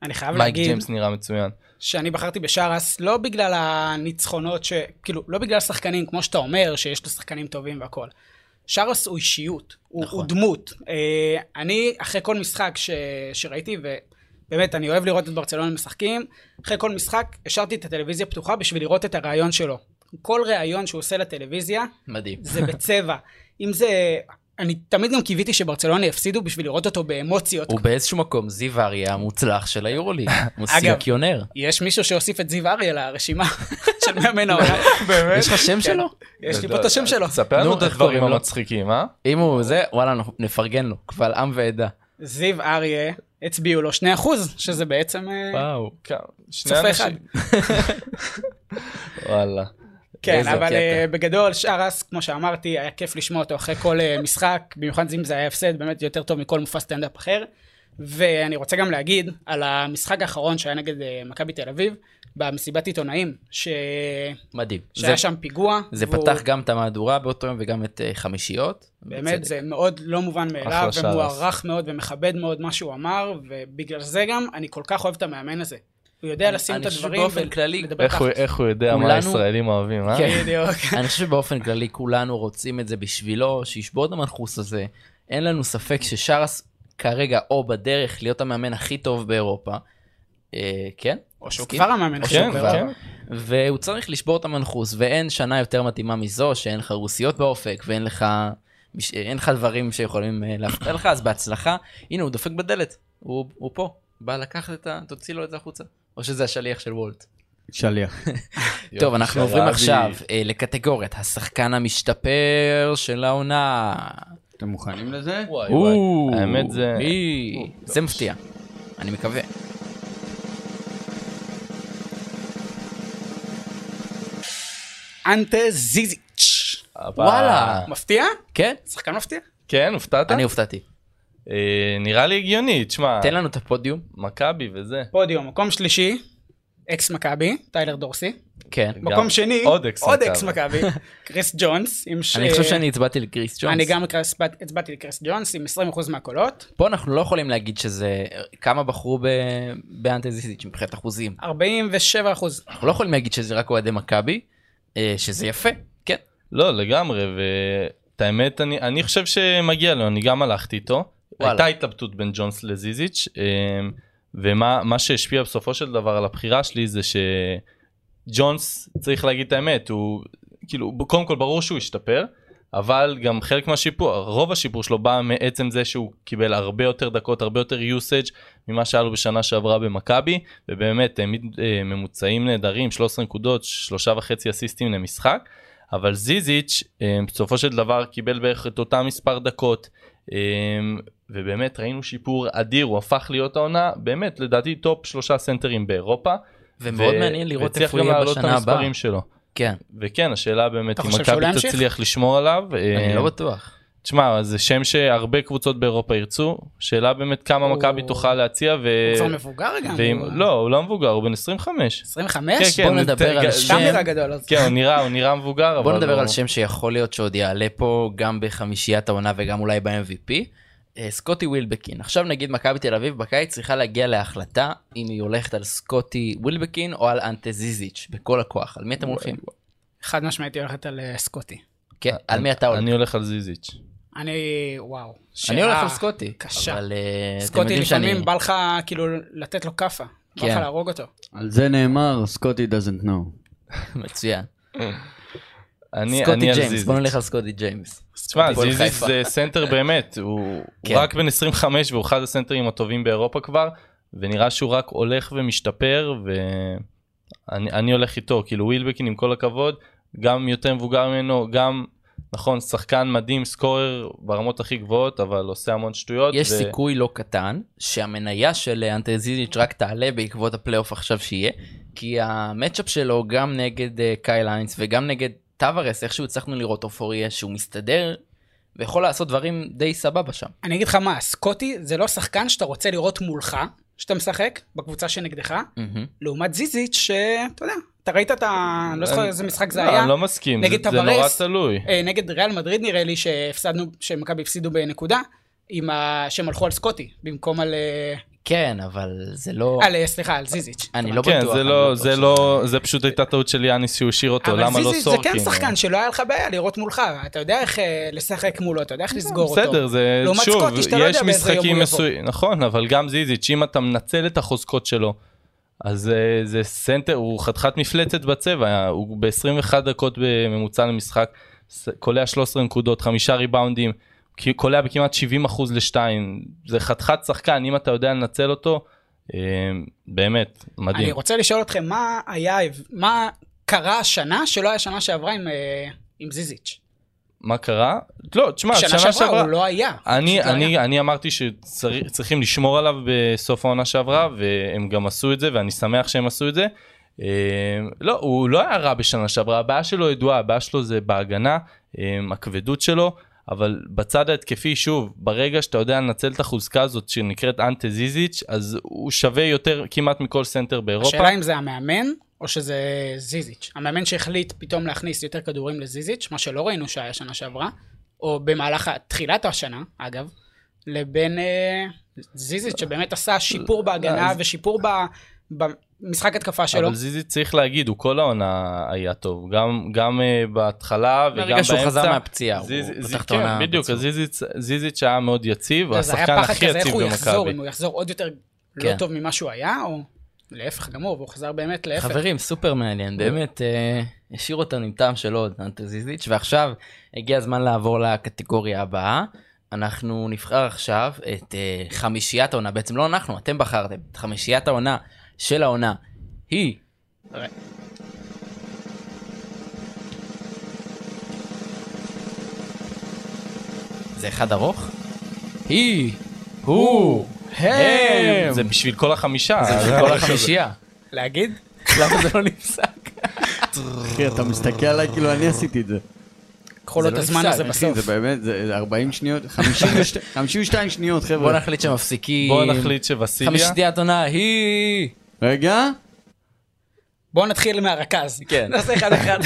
אני חייב
מייק
להגיד
ג'יימס נראה מצוין
שאני בחרתי בשרס לא בגלל הניצחונות, ש... כאילו, לא בגלל שחקנים, כמו שאתה אומר, שיש לו שחקנים טובים והכול. שרס הוא אישיות, הוא,
נכון.
נכון. הוא דמות. אה, אני, אחרי כל משחק ש... שראיתי, ובאמת, אני אוהב לראות את ברצלונה משחקים, אחרי כל משחק השארתי את הטלוויזיה פתוחה בשביל לראות את הראיון שלו. כל ראיון שהוא עושה לטלוויזיה,
מדהים.
זה בצבע. אם זה... אני תמיד גם קיוויתי שברצלונה יפסידו בשביל לראות אותו באמוציות.
הוא באיזשהו מקום זיו אריה המוצלח של היורוליג. הוא סיוקיונר.
יש מישהו שהוסיף את זיו אריה לרשימה של מאמן העולם.
יש לך שם שלו?
יש
לא
לי פה את השם שלו.
ספר
נו,
אה, לנו את
איך
הדברים
קוראים לו?
המצחיקים אה
אם הוא זה, וואלה, אנחנו נפרגן לו, קבל עם ועדה.
זיו אריה, הצביעו לו 2%, שזה בעצם... אה,
וואו כמה- כן, שני
צופה
אנשים וואלה
כן,
איזה
אבל
קטע.
אה, בגדול, שרס, כמו שאמרתי, היה כיף לשמוע אותו אחרי כל אה, משחק, במיוחד אם זה היה הפסד, באמת יותר טוב מכל מופע סטנדאפ אחר. ואני רוצה גם להגיד על המשחק האחרון שהיה נגד אה, מכבי תל אביב, במסיבת עיתונאים, ש...
מדהים.
שהיה
זה-
שם פיגוע.
זה
והוא-
פתח גם את המהדורה באותו יום וגם את אה, חמישיות.
באמת,
בצדק.
זה מאוד לא מובן מאליו,
אחלה שרס.
ומוערך מאוד ומכבד מאוד מה שהוא אמר, ובגלל זה גם אני כל כך אוהב את המאמן הזה. הוא יודע
אני-
לשים
אני
את
חושב
הדברים
שבאופן כללי-
ולדבר
איך
ככה.
הוא- איך הוא יודע מה
כולנו-
הישראלים אוהבים אה
כן.
בדיוק.
אני חושב שבאופן כללי כולנו רוצים את זה בשבילו, שישבור את המנחוס הזה. אין לנו ספק ששרס כרגע או בדרך להיות המאמן הכי טוב באירופה. אה, כן?
או שהוא
מסכים?
כבר המאמן
או
הכי
שהוא
כן,
טוב
כבר.
באירופה.
כן.
והוא צריך לשבור את המנחוס, ואין שנה יותר מתאימה מזו, שאין לך רוסיות באופק, ואין לך, מש- אין לך דברים שיכולים אה, להפריע לך, אז בהצלחה. הנה, הוא דופק בדלת, הוא, הוא פה, בא לקחת את ה... תוציא לו את זה החוצה. או שזה השליח של וולט.
שליח.
טוב,
יופי,
אנחנו עוברים
שרבי.
עכשיו אה, לקטגוריית השחקן המשתפר של העונה.
אתם מוכנים לזה?
וואי, וואי. האמת זה
מי? זה מפתיע. אני מקווה.
אנטה זיזיץ'.
אבל-
וואלה.
מפתיע?
כן?
שחקן מפתיע?
כן הופתעת
אני הופתעתי.
אה, נראה לי הגיוני תשמע
תן לנו את הפודיום.
מכבי וזה
פודיום, מקום שלישי, אקס מכבי, טיילר דורסי.
כן.
גם
מקום שני,
עוד אקס
עוד
מכבי.
אקס מכבי, קריס ג'ונס. עם ש-
אני חושב שאני הצבעתי לקריס ג'ונס.
אני גם הקרס- הצבעתי לקריס ג'ונס עם 20% מהקולות,
פה אנחנו לא יכולים להגיד שזה... כמה בחרו ב... באנטזיסיץ' מבחינת אחוזים.
47%.
אנחנו לא יכולים להגיד שזה רק אוהדי מכבי, אה, שזה יפה, כן.
לא לגמרי ואת האמת אני אני חושב שמגיע לו אני גם הלכתי איתו.
וואלה.
הייתה התלבטות בין ג'ונס לזיזיץ' אמ, ומה מה שהשפיע בסופו של דבר על הבחירה שלי זה שג'ונס צריך להגיד את האמת הוא כאילו קודם כל ברור שהוא השתפר. אבל גם חלק מהשיפור, רוב השיפור שלו בא מעצם זה שהוא קיבל הרבה יותר דקות, הרבה יותר יוסאג' ממה שהיה לו בשנה שעברה במכבי, ובאמת העמיד אה, ממוצעים נהדרים, 13 נקודות, שלושה וחצי אסיסטים למשחק. אבל זיזיץ' אה, בסופו של דבר קיבל בערך את אותם מספר דקות אה, ובאמת ראינו שיפור אדיר הוא הפך להיות העונה באמת לדעתי טופ שלושה סנטרים באירופה.
ומאוד
ו-
מעניין לראות
וצריך
איפה הוא
גם
יהיה
להעלות את
בשנה הבאה.
המספרים שלו.
כן,
וכן השאלה באמת
אתה
אם
חושב שהוא
מכבי
לא ימשיך?
תצליח לשמור עליו. אה,
אני לא בטוח.
תשמע, זה שם שהרבה קבוצות באירופה ירצו, שאלה באמת כמה
הוא-
מכבי תוכל להציע, ו...
אה,
הוא כבר מבוגר גם.
ואם... לא, הוא לא מבוגר, הוא בן 25.
25?
כן, כן,
בוא נדבר
זה-
על
גם-
השם.
שם
כן.
נראה גדול. אז-
כן, הוא נראה, הוא נראה מבוגר, אבל... לא-
בוא נדבר
הוא-
על שם שיכול להיות שעוד יעלה פה גם בחמישיית העונה וגם אולי ב-MVP. אה, סקוטי ווילבקין. עכשיו נגיד מכבי תל אביב בקיץ צריכה להגיע להחלטה אם היא הולכת על סקוטי ווילבקין או על אנטה זיזיץ' בכל הכוח. על מי
אה,
אתם הולכים?
חד משמעית היא הולכת על אה, סקוטי.
כן, על מי אתה הולך?
אני הולך על זיזיץ'.
אני, וואו.
אני
שאלה-
הולך על סקוטי.
קשה.
אבל אה, אתם
סקוטי
יודעים שאני...
לפעמים בא לך כאילו לתת לו כאפה. בא לך
כן.
להרוג אותו.
על זה נאמר, סקוטי doesn't know.
מצוין.
אני,
סקוטי
אני על
ג'יימס,
זיזיץ'.
בוא נלך על סקוטי ג'יימס.
תשמע,
הפועל
זיזיץ'
חיפה.
זה סנטר באמת, הוא
כן.
הוא רק בן 25 והוא אחד הסנטרים הטובים באירופה כבר, ונראה שהוא רק הולך ומשתפר, ואני אני הולך איתו, כאילו ווילבקין עם כל הכבוד, גם יותר מבוגר ממנו, גם, נכון, שחקן מדהים, סקורר ברמות הכי גבוהות, אבל עושה המון שטויות.
יש
ו-
סיכוי לא קטן שהמניה של אנטה זיזיץ' רק תעלה בעקבות הפלייאוף עכשיו שיהיה, כי המצ'אפ שלו גם נגד אה, קייל איינס וגם נגד טוורס, איכשהו הצלחנו לראות אופוריה שהוא מסתדר ויכול לעשות דברים די סבבה שם.
אני אגיד לך מה, סקוטי זה לא שחקן שאתה רוצה לראות מולך, שאתה משחק, בקבוצה שנגדך,
מהמם.
לעומת זיזיץ', שאתה יודע, אתה ראית את ה... אני לא זוכר
אני-
איזה משחק זה
לא,
היה.
אני לא מסכים,
נגד
זה- זה נורא
טווארס.
תלוי.
אה, נגד ריאל מדריד נראה לי שהפסדנו, שמכבי הפסידו בנקודה, עם ה... שהם הלכו על סקוטי, במקום על... אה,
כן, אבל זה לא...
על, אה, סליחה, על זיזיץ'.
אני לא
כן,
בטוח.
זה
אני
לא,
בטוח
זה
שזה-
לא, זה פשוט הייתה טעות של יאניס שהוא השאיר אותו,
אבל
למה לא
זיזיץ' זה
סורקין?
כן שחקן שלא היה לך בעיה לראות מולך, אתה יודע איך אה, לשחק מולו, אתה יודע איך לסגור אותו.
אה, בסדר, זה
לעומת
שוב,
סקוטי, שאתה לא
יש
יודע באיזה יום
משחקים
הוא יבוא.
מסוימים, נכון, אבל גם זיזיץ', אם אתה מנצל את החוזקות שלו, אז אה, זה סנטר, הוא חתיכת מפלצת בצבע, הוא ב-21 דקות בממוצע למשחק, ס- קולע 13 נקודות, חמישה ריבאונדים, כי- קולע בכמעט 70% ל-2, זה חתיכת שחקן, אם אתה יודע לנצל אותו, אה, באמת,
אני
מדהים.
רוצה לשאול אתכם, מה היה, מה קרה השנה שלא היה שנה שעברה עם, אה, עם זיזיץ'?
מה קרה? לא, תשמע,
שנה שעברה, הוא לא היה.
אני,
פשוט לא היה.
אני, אני אמרתי שצריכים לשמור עליו בסוף העונה שעברה והם גם עשו את זה ואני שמח שהם עשו את זה. אה, לא, הוא לא היה רע בשנה שעברה, הבעיה שלו ידועה, הבעיה שלו זה בהגנה, אה, הכבדות שלו, אבל בצד ההתקפי, שוב, ברגע שאתה יודע לנצל את החוזקה הזאת שנקראת אנטה זיזיץ', אז הוא שווה יותר כמעט מכל סנטר באירופה.
השאלה אם זה המאמן או שזה זיזיץ'. המאמן שהחליט פתאום להכניס יותר כדורים לזיזיץ', מה שלא ראינו שהיה שנה שעברה, או במהלך ה- תחילת השנה, אגב, לבין אה, זיזיץ' שבאמת עשה שיפור בהגנה
אז-
ושיפור ב- במשחק התקפה שלו.
אבל זיזיץ' צריך להגיד, הוא כל העונה היה טוב, גם, גם אה, בהתחלה וגם באמצע.
מהרגע שהוא חזר מהפציעה, הוא
זיז- זיז-
פתח את
כן,
העונה.
בדיוק, אז
בעצמו.
זיזיץ'- זיזיץ' היה מאוד יציב,
אתה יודע, כן, זה היה
השחקן
פחד
הכי
כזה, איך
יציב
הוא יחזור,
במכבי.
אם הוא יחזור עוד יותר
כן.
לא טוב ממה שהוא היה, או להפך גמור, והוא חזר באמת להפך.
חברים, סופר מעניין, באמת אה, השאיר אותנו עם טעם של עוד, אנטה זיזיץ', ועכשיו הגיע הזמן לעבור לקטגוריה הבאה. אנחנו נבחר עכשיו את אה, חמישיית העונה, בעצם לא אנחנו, אתם בחרתם, את חמישיית העונה של העונה היא...
ר-
זה אחד ארוך? היא, הוא, הם,
כן, זה בשביל כל החמישה. אז-
זה כל החמישייה.
להגיד?
למה זה לא נפסק?
אחי, אתה מסתכל עליי כאילו אני עשיתי את זה.
קחו
זה
לו את
לא
הזמן
נפסל,
הזה
אחי,
אחי,
בסוף.
זה באמת, זה 40 שניות, 52 52 שניות,
בוא
חבר'ה.
נחליט שמפסיקים.
בוא נחליט שווסיליה,
חמישיית עונה היא...
רגע,
בואו נתחיל מהרכז.
כן.
נעשה אחד אחד.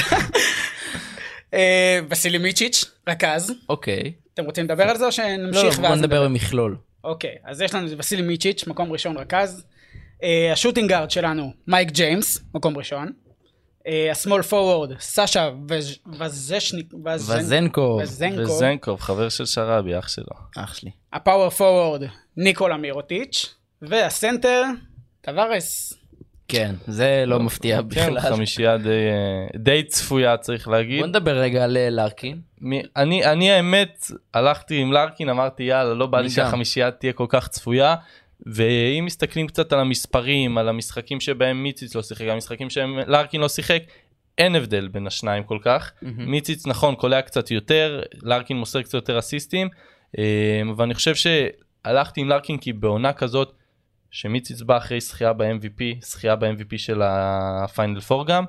אה, וסילי מיצ'יץ', רכז.
אוקיי.
אתם רוצים לדבר על זה או
לא, לא,
שנמשיך
בוא
ואז
נדבר במכלול.
אוקיי, אז יש לנו את וסילי מיצ'יץ', מקום ראשון רכז. אה, השוטינג גארד שלנו, מייק ג'יימס, מקום ראשון. אה, השמאל פורוורד, סאשה וז- וזשניק... וזנ-
וזנקוב,
וזנקו.
וזנקוב, חבר של שרבי, אח שלו.
אח שלי.
הפאוור פורוורד, ניקולה מירוטיץ'. והסנטר, טווארס.
כן, זה לא מפתיע
כן,
בכלל.
חמישייה די, אה, די צפויה צריך להגיד.
בוא נדבר רגע על אה, לארקין.
מי- אני אני האמת הלכתי עם לארקין אמרתי יאללה לא בא לי
משם.
שהחמישייה תהיה כל כך צפויה ואם מסתכלים קצת על המספרים על המשחקים שבהם מיציץ לא שיחק המשחקים שהם לארקין לא שיחק אין הבדל בין השניים כל כך
מהמם.
מיציץ נכון קולע קצת יותר לארקין מוסר קצת יותר אסיסטים אה, אבל אני חושב שהלכתי עם לארקין כי בעונה כזאת שמיציץ בא אחרי שחייה ב-MVP שחייה ב-MVP של הפיינל 4 גם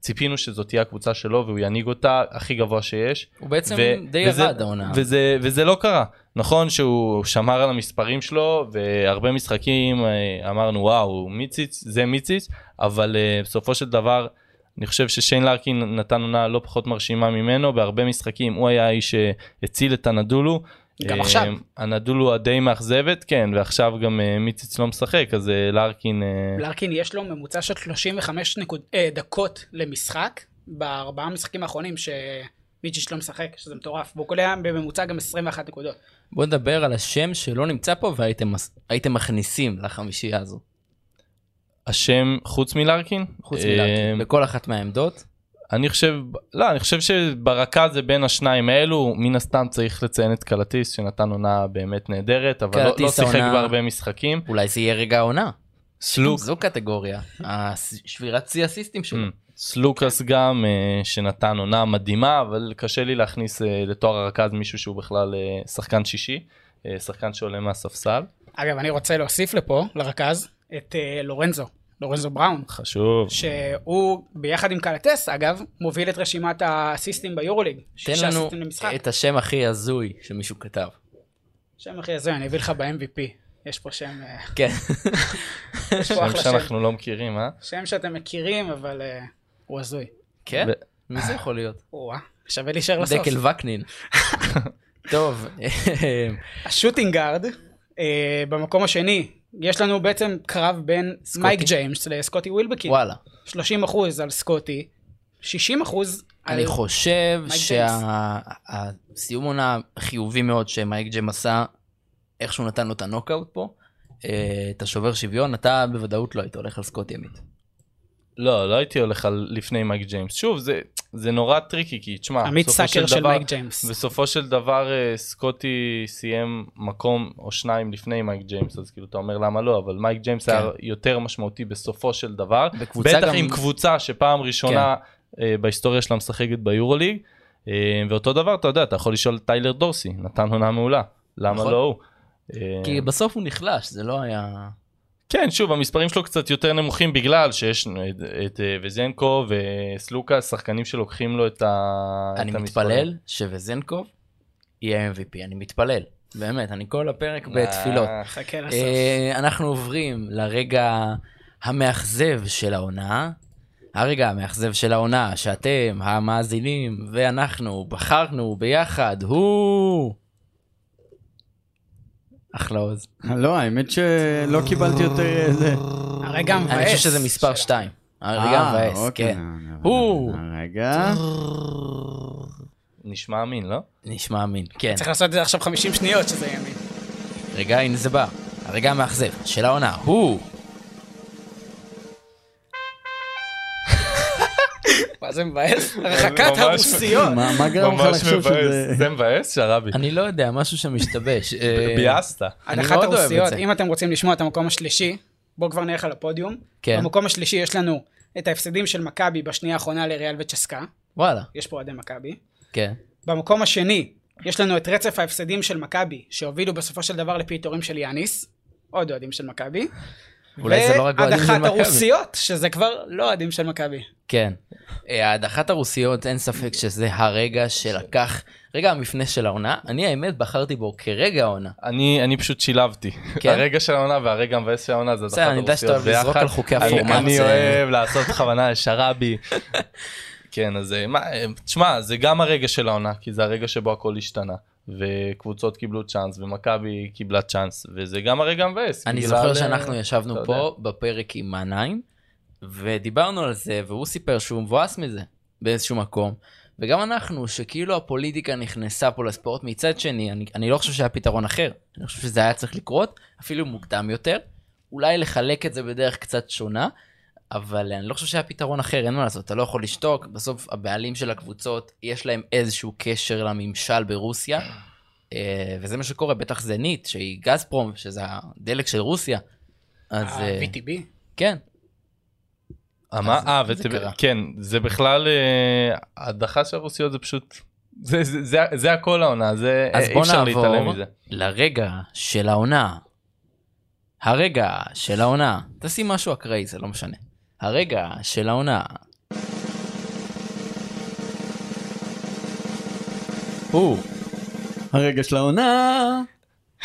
ציפינו שזאת תהיה הקבוצה שלו והוא ינהיג אותה הכי גבוה שיש.
הוא בעצם
ו-
די
וזה-
ירד העונה.
וזה, וזה לא קרה. נכון שהוא שמר על המספרים שלו, והרבה משחקים אה, אמרנו וואו, מיציץ, זה מיציץ, אבל אה, בסופו של דבר, אני חושב ששיין לארקין נתן עונה לא פחות מרשימה ממנו, בהרבה משחקים הוא היה האיש שהציל את הנדולו.
גם
אה,
עכשיו.
הנדולו הדי מאכזבת, כן, ועכשיו גם אה, מיציץ לא משחק, אז אה, לארקין... אה,
לארקין יש לו ממוצע של 35 נקוד, אה, דקות למשחק בארבעה המשחקים האחרונים שמיצ'יץ' לא משחק, שזה מטורף, והוא קולע בממוצע גם 21 נקודות.
בוא נדבר על השם שלא נמצא פה והייתם מס- הייתם מכניסים לחמישייה הזו.
השם חוץ מלארקין?
חוץ
אה,
מלארקין, בכל אחת מהעמדות.
אני חושב, לא, אני חושב שברקה זה בין השניים האלו, מן הסתם צריך לציין את קלטיס שנתן עונה באמת נהדרת, אבל לא, לא
קלטיס
שיחק
העונה-
בהרבה משחקים.
אולי זה יהיה רגע העונה.
סלוק,
זו קטגוריה. הס- שבירת שיא הסיסטים שלו.
Mm. סלוקס גם, אה, שנתן עונה מדהימה, אבל קשה לי להכניס אה, לתואר הרכז מישהו שהוא בכלל אה, שחקן שישי, אה, שחקן שעולה מהספסל.
אגב, אני רוצה להוסיף לפה, לרכז, את אה, לורנזו, לורנזו בראון,
חשוב.
שהוא ביחד עם קלטס, אגב, מוביל את רשימת האסיסטים ביורוליג.
תן
שישה
לנו
אסיסטים למשחק.
את השם הכי הזוי שמישהו כתב.
שם אחי הזוי, אני אביא לך ב-MVP. יש פה שם, אה,
כן.
יש פה
שם
אחלה שם.
שאנחנו לא מכירים, אה?
שם שאתם מכירים, אבל אה, הוא הזוי.
כן?
ו-
מי זה יכול להיות?
וואה, שווה להישאר לסוף.
דקל וקנין. טוב,
כן.
אמ,
השוטינג גארד, אה, במקום השני, יש לנו בעצם קרב בין
סקוטי.
מייק ג'יימס לסקוטי ווילבקין.
וואלה.
30 אחוז על סקוטי, 60 אחוז על...
אני חושב
מייק
שהסיום עונה חיובי מאוד שמייק ג'ם עשה, איך שהוא נתן לו את הנוקאוט פה, אה, את השובר שוויון, אתה בוודאות לא היית הולך על סקוט ימית.
לא, לא הייתי הולך על לפני מייק ג'יימס. שוב, זה, זה נורא טריקי, כי תשמע,
עמית
בסופו
סאקר של
דבר-
מייק ג'יימס.
בסופו של דבר אה, סקוטי סיים מקום או שניים לפני מייק ג'יימס אז כאילו אתה אומר למה לא אבל מייק ג'יימס
כן.
היה יותר משמעותי בסופו של דבר
בקבוצה
בטח
גם- כן.
עם קבוצה שפעם ראשונה אה, בהיסטוריה שלה משחקת ביורוליג אה, ואותו דבר אתה יודע אתה יכול לשאול את טיילר דורסי נתן עונה מעולה למה
נכון.
לא הוא. אה,
כי בסוף הוא נחלש, זה לא היה...
כן שוב המספרים שלו קצת יותר נמוכים בגלל שיש את, את אה, וזנקו וסלוקה שחקנים שלוקחים לו את, ה,
אני
את המספרים.
מתפלל שווזנקוב יהיה MVP, אני מתפלל. באמת, אני כל הפרק בתפילות.
אה,
חכה לסוף.
אה, אנחנו עוברים לרגע המאכזב של העונה. הרגע המאכזב של העונה, שאתם, המאזינים, ואנחנו בחרנו ביחד, הוא... אחלה עוז.
לא, האמת שלא קיבלתי יותר אה, איזה...
הרגע המבאס.
אני חושב שזה מספר
של- אה,
2.
אוקיי.
הרגע המבאס, כן. הוא.
רגע.
נשמע אמין לא?
נשמע אמין, כן.
צריך לעשות את זה עכשיו 50 שניות שזה יהיה מי.
רגע, הנה זה בא. הרגע המאכזב של העונה, הוא...
מה זה מבאס? הרחקת
ממש-
הרוסיות.
מה מה
כן,
גרם לך
ממש
לחשוב שזה...
מבאס, זה מבאס שרבי,
אני לא יודע, משהו שם משתבש. אה,
ביאסת.
אני
הנחת
מאוד אוהב את
הרוסיות,
זה.
אם אתם רוצים לשמוע את המקום השלישי, בואו כבר נלך על הפודיום.
כן.
במקום השלישי יש לנו את ההפסדים של מכבי בשנייה האחרונה לריאל וצ'סקה,
וואלה,
יש פה אוהדי מכבי.
כן.
במקום השני, יש לנו את רצף ההפסדים של מכבי, שהובילו בסופו של דבר לפיטורים של יאניס, עוד אוהדים של מכבי.
אולי זה לא רק אוהדים של
והדחת
מכבי.
הרוסיות, שזה כבר לא אוהדים של מכבי.
כן. אה, ההדחת הרוסיות, אין ספק שזה הרגע שלקח, רגע המפנה של העונה. אני האמת בחרתי בו כרגע העונה.
אני אני פשוט שילבתי,
כן?
הרגע של העונה והרגע המבאס של העונה זה הדחת
בסדר, אני יודע שאתה
הרוסיות
אוהב לזרוק
ביחד.
על חוקי
אני-
הפורמט.
אני
זה-
אוהב לעשות בכוונה שרבי. כן אז אה, מה, אה, תשמע זה גם הרגע של העונה כי זה הרגע שבו הכל השתנה וקבוצות קיבלו צ'אנס ומכבי קיבלה צ'אנס וזה גם הרגע המבאס.
אני
בגלל,
זוכר
אה,
שאנחנו ישבנו
אתה
פה בפרק עם מעניים, ודיברנו על זה, והוא סיפר שהוא מבואס מזה באיזשהו מקום. וגם אנחנו, שכאילו הפוליטיקה נכנסה פה לספורט, מצד שני, אני, אני לא חושב שהיה פתרון אחר. אני חושב שזה היה צריך לקרות, אפילו מוקדם יותר. אולי לחלק את זה בדרך קצת שונה, אבל אני לא חושב שהיה פתרון אחר, אין מה לעשות, אתה לא יכול לשתוק. בסוף הבעלים של הקבוצות, יש להם איזשהו קשר לממשל ברוסיה, אה, וזה מה שקורה, בטח זנית, שהיא גזפרום, שזה הדלק של רוסיה. אז אה,
ה-VTB.
כן,
אה, מה?
אז
אה,
זה
ואת-
קרה.
כן, זה בכלל, אה, הדחה של הרוסיות זה פשוט, זה- זה- זה- זה הכל העונה, זה אה,
אז
אי
בוא
אפשר
נעבור.
להתעלם מזה.
לרגע של העונה. הרגע של העונה. תשים משהו אקראי, זה לא משנה. הרגע של העונה.
או, הרגע של העונה.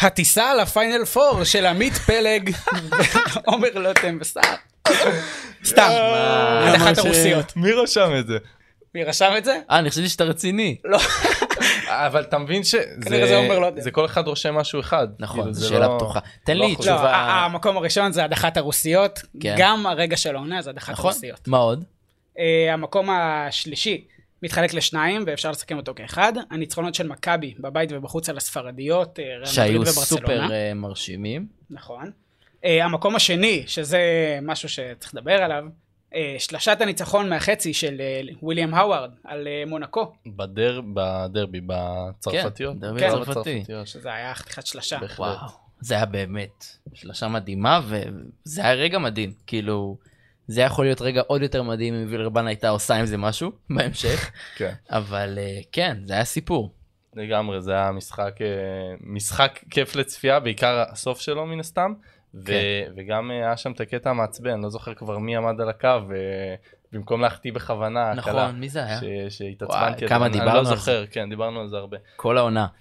הטיסה לפיינל פור של עמית פלג, עומר לוטם וסער. סתם,
אה,
עד
למה
אחת
ש-
הרוסיות.
מי רשם את זה?
מי רשם את זה?
אה, אני חשבתי שאתה רציני.
לא.
אבל אתה מבין
כנראה זה עומר לא יודע.
שזה כל אחד רושם משהו אחד.
נכון,
כאילו,
זו
זה
שאלה
לא-
פתוחה. תן
לא
לי
אחוז.
לא,
תשובה.
ה- המקום הראשון זה הדחת הרוסיות,
כן.
גם הרגע של העונה זה הדחת
נכון?
הרוסיות.
מה עוד?
אה, המקום השלישי מתחלק לשניים, ואפשר לסכם אותו כאחד. הניצחונות של מכבי בבית ובחוץ על הספרדיות, אה, ריאל מדריד
שהיו
וברצלונה.
סופר אה, מרשימים.
נכון. אה, המקום השני, שזה משהו שצריך לדבר עליו, אה, שלשת הניצחון מהחצי של אה, וויליאם האווארד על אה, מונקו,
לא. בדר- בדרבי, בצרפתיות.
כן, דרבי
כן.
צרפתי.
בצרפתיות, שזה-
שזה היה חתיכת שלשה.
בהחלט.
וואו, זה היה באמת שלושה מדהימה, וזה היה רגע מדהים. כאילו, זה היה יכול להיות רגע עוד יותר מדהים אם וילרבן הייתה עושה עם זה משהו בהמשך,
כן.
אבל אה, כן, זה היה סיפור.
לגמרי, זה היה משחק, אה, משחק כיף לצפייה, בעיקר הסוף שלו מן הסתם, ו-
כן.
וגם אה, היה שם את הקטע המעצבן, לא זוכר כבר מי עמד על הקו, אה, במקום להחטיא בכוונה, הקלה,
נכון, מי זה היה?
אה, ש- שהתעצבנתי,
וואי,
על זה,
כמה
אני-
דיברנו
אני
על
לא
זה.
זוכר, כן, דיברנו על זה הרבה.
כל העונה.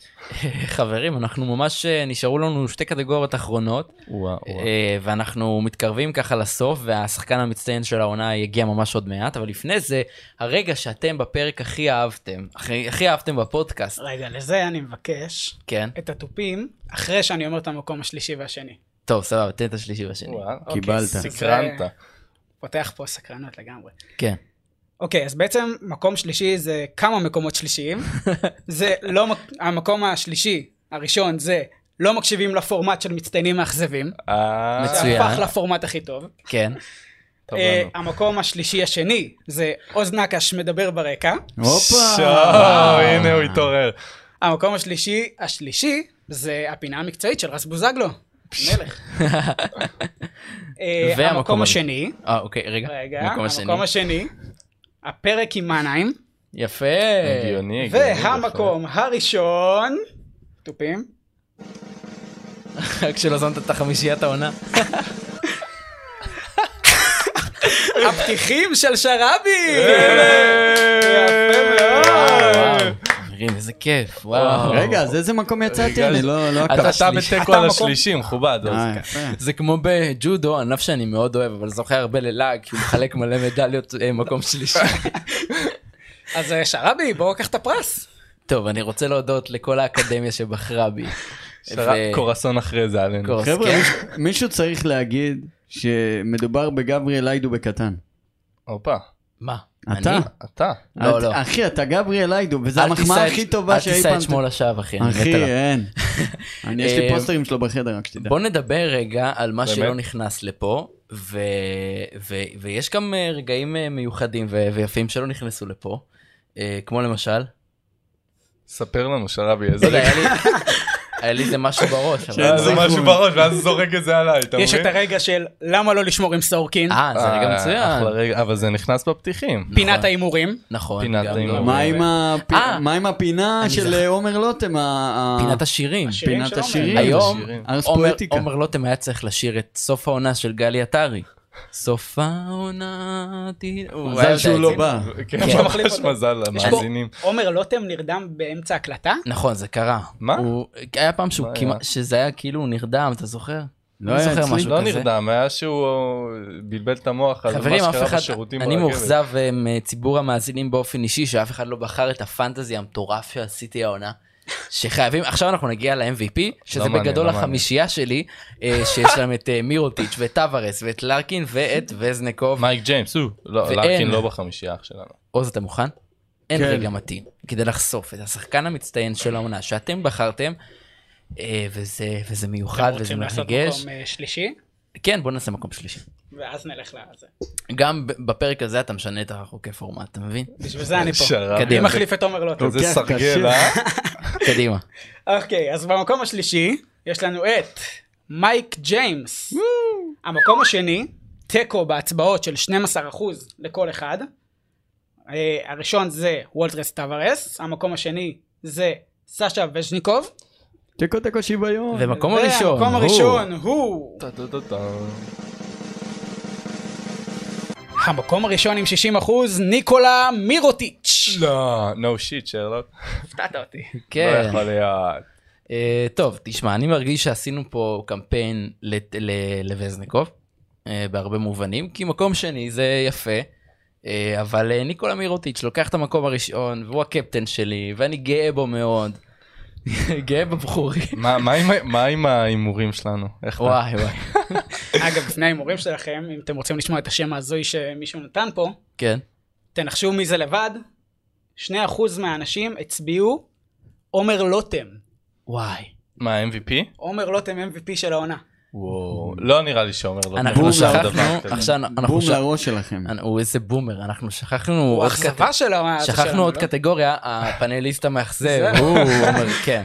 חברים, אנחנו ממש, אה, נשארו לנו שתי קטגוריות אחרונות,
וואו,
אה, ואנחנו מתקרבים ככה לסוף, והשחקן המצטיין של העונה יגיע ממש עוד מעט, אבל לפני זה, הרגע שאתם בפרק הכי אהבתם, הכי הכי אהבתם בפודקאסט,
רגע, לזה אני מבקש
כן?
את התופים אחרי שאני אומר את המקום השלישי והשני.
טוב, סבבה, תן את השלישי והשני.
אוקיי,
קיבלת.
זה
סקרנת.
פותח פה סקרנות לגמרי.
כן.
אוקיי, אז בעצם מקום שלישי זה כמה מקומות שלישיים. זה לא, מק- המקום השלישי, הראשון, זה לא מקשיבים לפורמט של מצטיינים מאכזבים.
אה,
מצוין.
זה הפך לפורמט הכי טוב.
כן.
טוב
אה,
לנו.
המקום השלישי השני זה עוז נקש מדבר ברקע.
שואו,
הופה.
הנה הוא התעורר.
המקום השלישי השלישי זה הפינה המקצועית של רס בוזגלו. מלך. אה,
והמקום
המקום
הר-
השני,
אה, אוקיי, רגע.
רגע,
המקום השני.
המקום השני, הפרק עם מנהיים,
יפה.
הגיוני, הגיוני
והמקום הראשון, תופים,
רק שלא שמת את החמישיית העונה.
הפתיחים של שרבי!
אה.
וואו, חברים, איזה כיף, וואו.
רגע, אז איזה מקום יצאתי?
רגע,
אני לא לא
אתה-
עקבתי.
אתה
השלישי.
בתיקו
אתה
על
מקום-
השלישי, מכובד. אז-
אה, יפה.
זה כמו בג'ודו, ענף שאני מאוד אוהב, אבל זוכה הרבה ללעג, כי הוא מחלק מלא מדליות אה, מקום שלישי.
אז אה, שרבי, בואו קח את הפרס.
טוב, אני רוצה להודות לכל האקדמיה שבחרה בי.
שרק
ו-
קורסון אחרי זה עלינו.
קורס,
חבר'ה,
כן.
מיש- מישהו צריך להגיד שמדובר בגבריאל היידו בקטן.
הופה,
מה?
אתה?
אני?
אתה.
לא,
את-
לא.
אחי, אתה גבריאל היידו, וזו
אל
המחמאה
תישא את-
הכי טובה
אל
שאי
תישא
פעם...
את שמו לשווא, אחי, אני מת
אחי, אה,
עליו.
אין. אני, יש לי
אה,
פוסטרים שלו בחדר, רק שתדע.
בוא נדבר רגע על מה
באמת?
שלא נכנס לפה, ו... ו... ויש גם אה, רגעים אה, מיוחדים ו... ויפים שלא נכנסו לפה, אה, כמו למשל,
ספר לנו שרבי
לא
איזה
יודע,
רגע.
היה לי... היה לי איזה משהו בראש,
שאין
אבל... לא.
זה
זיכרון.
משהו בראש ואז זורק את זה עליי, אתה מבין?
יש את הרגע של למה לא לשמור עם סורקין,
אה, זה רגע
אה, אחלה
מצוין.
רגע, אבל זה נכנס בפתיחים.
פינת ההימורים.
נכון,
פינת
גם
האימון.
לא-
מה עם הפ-
אה.
מה עם הפינה
אני
של
זכ-
אה, עומר לוטם? ה- ה-
פינת השירים.
השירים
פינת
של עומר.
השירים.
היום
השירים.
ארס
עומר-
פואטיקה.
עומר לוטם היה צריך לשיר את סוף העונה של גלי עטרי. סוף העונה... ת- הוא היה
מזל שהוא
יודע את
לא
זה.
בא.
כן,
כן.
ממש מזל
יש פה-
למאזינים.
עומר לוטם נרדם באמצע הקלטה?
נכון, זה קרה.
מה?
הוא- היה פעם שהוא
מה
כמעט-
היה?
שזה היה כאילו הוא נרדם, אתה זוכר?
לא
אני
היה
זוכר
אצלי.
משהו
לא
כזה.
נרדם, היה שהוא בלבל את המוח על מה
חברים, אף
שקרה
אחד,
בשירותים
אני
ברכבת.
מאוכזב אה, מציבור המאזינים באופן אישי, שאף אחד לא בחר את הפנטזי המטורף שעשיתי העונה. שחייבים, עכשיו אנחנו נגיע ל-MVP, שזה
לא מעניין,
בגדול
לא מעניין.
החמישייה שלי, אה, שיש להם את אה, מירוטיץ' ואת טוורס ואת לארקין ואת וזנקוב.
מייק ג'יימס, הוא. לא,
ואין.
לארקין לא בחמישייה אח שלנו.
עוז, אתה מוכן? אין
כן.
רגע מתאים כדי לחשוף את השחקן המצטיין של העונה שאתם בחרתם, אה, וזה וזה
אתם
מיוחד וזה
רוצים לעשות
מרגש.
מקום אה, שלישי?
כן, בוא נעשה מקום שלישי.
ואז נלך לזה.
גם ב- בפרק הזה אתה משנה את החוקי פורמט, אתה מבין?
בשביל זה אני פה.
שרבי,
קדימה.
אני מחליף את עומר לוטם.
כזה
לוקח את
סרגל,
השיר.
אה?
קדימה.
אוקיי, אז במקום השלישי, יש לנו את מייק ג'יימס. המקום השני, תיקו בהצבעות של 12% לכל אחד. אה, הראשון זה וולטרס טוורס, המקום השני זה סשה וז'ניקוב.
תיקו תיקו שוויון.
ומקום הראשון.
והמקום
הוא-
הראשון הוא...
טה, טה, טה, טה.
המקום הראשון עם 60% ניקולה מירוטיץ'.
לא, no shit, שרלוק.
הפתעת אותי.
לא
כן.
יכול להיות.
אה, טוב, תשמע, אני מרגיש שעשינו פה קמפיין לת- ל- לווזניקוב אה, בהרבה מובנים, כי מקום שני זה יפה, אה, אבל אה, ניקולה מירוטיץ' לוקח את המקום הראשון, והוא הקפטן שלי, ואני גאה בו מאוד. גאה בבחורים.
מה- מה עם- מה עם ההימורים שלנו? איך אתה?
וואי וואי.
אגב, לפני ההימורים שלכם, אם אתם רוצים לשמוע את השם ההזוי שמישהו נתן פה,
כן.
תנחשו מי זה לבד. 2% מהאנשים הצביעו עומר לוטם.
וואי.
מה, MVP?
עומר לוטם MVP של העונה.
וואו.
לא נראה לי שאומר לו. אה,
אנחנו
בום
שכחנו, עכשיו אנחנו
בום
ש-
לראש שלכם.
אנ- הוא איזה בומר, אנחנו שכחנו
הוא
עוד קטע-
אכזבה של העונה. הזו
שכחנו
שלנו,
עוד
לא?
קטגוריה, הפאנליסט המאכזב,
זה-
הוא אומר, כן.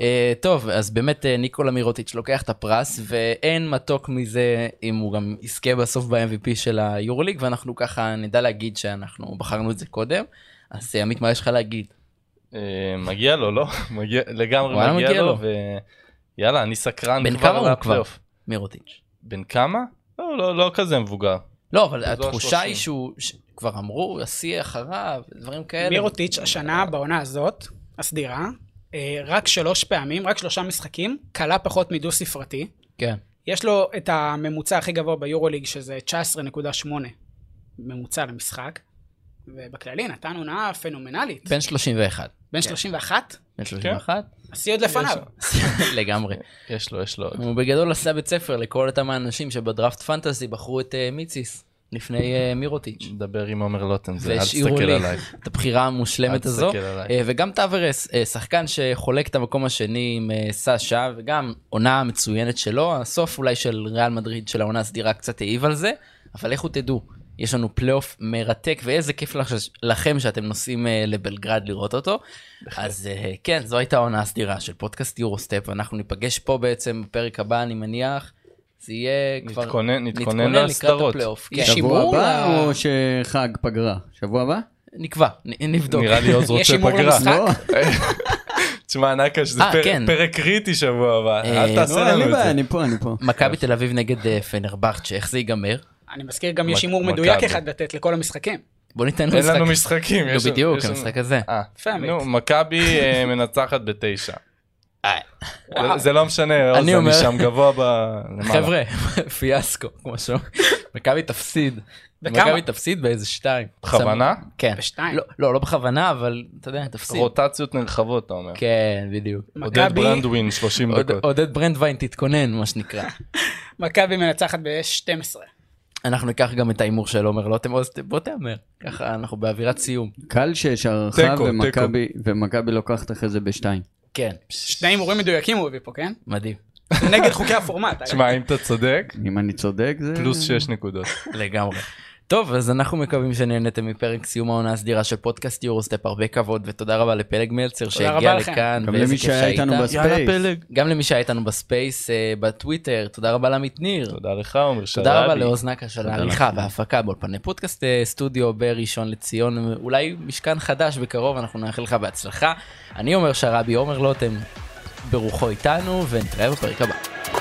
אה, טוב, אז באמת אה, ניקולה מירוטיץ' לוקח את הפרס, ואין מתוק מזה אם הוא גם יזכה בסוף ב-MVP של היורוליג, ואנחנו ככה נדע להגיד שאנחנו בחרנו את זה קודם. אז אה, עמית, מה יש לך להגיד?
אה, מגיע לו, לא? מגיע- לגמרי
וואלה,
מגיע
מגיע
לו,
לו.
ויאללה, אני סקרן
בן
כבר
כמה הוא כבר?
לפלייאוף.
מירוטיץ'.
בן כמה? לא, לא, לא כזה מבוגר.
לא, אבל
אזור
התחושה היא
30.
שהוא, ש- כבר אמרו, השיא אחריו, דברים כאלה.
מירוטיץ' השנה בעונה הזאת, הסדירה, אה, רק שלוש פעמים, רק שלושה משחקים, קלה פחות מדו ספרתי.
כן.
יש לו את הממוצע הכי גבוה ביורוליג, שזה 19.8 ממוצע למשחק, ובכללי נתן הונאה פנומנלית.
בן 31.
בן 31?
בן 31?
השיא
כן,
עוד לפניו. כן.
לגמרי.
יש לו, יש לו.
הוא בגדול עשה בית ספר לכל אותם האנשים שבדראפט פנטזי בחרו את אה, מיציס לפני אה, מירוטיץ'.
דבר עם עומר לוטם, זה, אל
והשאירו
תסתכל
לי
עליי.
את הבחירה
אל
המושלמת הזו.
תסתכל עליי.
אה, וגם טאברס, אה, שחקן שחולק את המקום השני עם אה, סאשה, וגם עונה מצוינת שלו, הסוף אולי של ריאל מדריד של העונה הסדירה קצת העיב על זה, אבל לכו תדעו, יש לנו פלייאוף מרתק, ואיזה כיף לש- לכם שאתם נוסעים אה, לבלגרד לראות אותו. אז אה, כן, זו הייתה העונה הסדירה של פודקאסט יורוסטפ, אנחנו ניפגש פה בעצם בפרק הבא, אני מניח. זה יהיה כבר...
נתכונן, נתכונן
לקראת
להסתרות.
הפלייאוף, כן.
יש
שבוע
שימור
הבא
ל-
או שחג פגרה? שבוע הבא? לא.
נקבע, נ- נבדוק.
נראה לי עוז
יש
רוצה
הימור
פגרה.
למשחק?
תשמע, נקש, זה
אה,
פרק-
כן.
פרק קריטי שבוע הבא,
אה,
אל תעשה
לא, אין
לנו
לי
את
בעיה,
זה.
אני פה, אני פה.
מכבי תל אביב נגד אה, פנרבכצ'ה, איך זה ייגמר?
אני מזכיר, גם יש
מק-
הימור
מכבי.
מדויק אחד לתת לכל המשחקים.
בוא ניתן לו
אין
משחק.
לנו משחקים.
נו,
יש לנו-
בדיוק,
יש לנו-
המשחק הזה.
אה,
יפה, עמית.
נו, מכבי אה, מנצחת בתשע.
אה.
זה- זה לא משנה, עוז,
אני
אני
אומר-
שם גבוה ב... למעלה.
חבר'ה, פיאסקו, כמו שאומרים. מכבי תפסיד.
בכמה?
מכבי תפסיד באיזה שתיים.
בכוונה?
שם- כן.
בשתיים.
לא- לא, לא בכוונה, אבל אתה יודע, תפסיד.
רוטציות נרחבות, אתה אומר.
כן, בדיוק.
עודד
מכבי-
ברנדווין, 30
עודד-
דקות.
עודד ברנדווין, תתכונן, מה שנקרא.
מכבי מנצחת ב-12.
אנחנו ניקח גם את ההימור של עומר לוטם, אז ת- בוא תהמר. ככה אנחנו באווירת סיום.
קל שיש הערכה
תיקו,
ומכבי- ומכבי לוקחת אחרי זה בשתיים.
כן,
שני הימורים מדויקים הוא הביא פה, כן?
מדהים.
נגד חוקי הפורמט.
תשמע, אם אתה צודק,
אם אני צודק זה...
פלוס 6 נקודות.
לגמרי. טוב, אז אנחנו מקווים שנהנתם מפרק סיום העונה הסדירה של פודקאסט יורוסטפ, הרבה כבוד ותודה רבה לפלג מלצר
רבה
שהגיע
לכם.
לכאן,
גם
ואיזה
למי
כיף
שהיה
שהיית.
איתנו בספייס.
גם למי שהיה איתנו בספייס, אה, בטוויטר, תודה רבה לעמית ניר.
תודה לך, עומר שרעבי.
תודה רבה לעוז נקש על
תודה
העריכה
לכם.
וההפקה באולפני פודקאסט אה, סטודיו בראשון לציון, אולי משכן חדש בקרוב, אנחנו נאחל לך בהצלחה. אני אומר שרבי, עומר לוטם ברוחו איתנו, ונתראה בפרק הבא.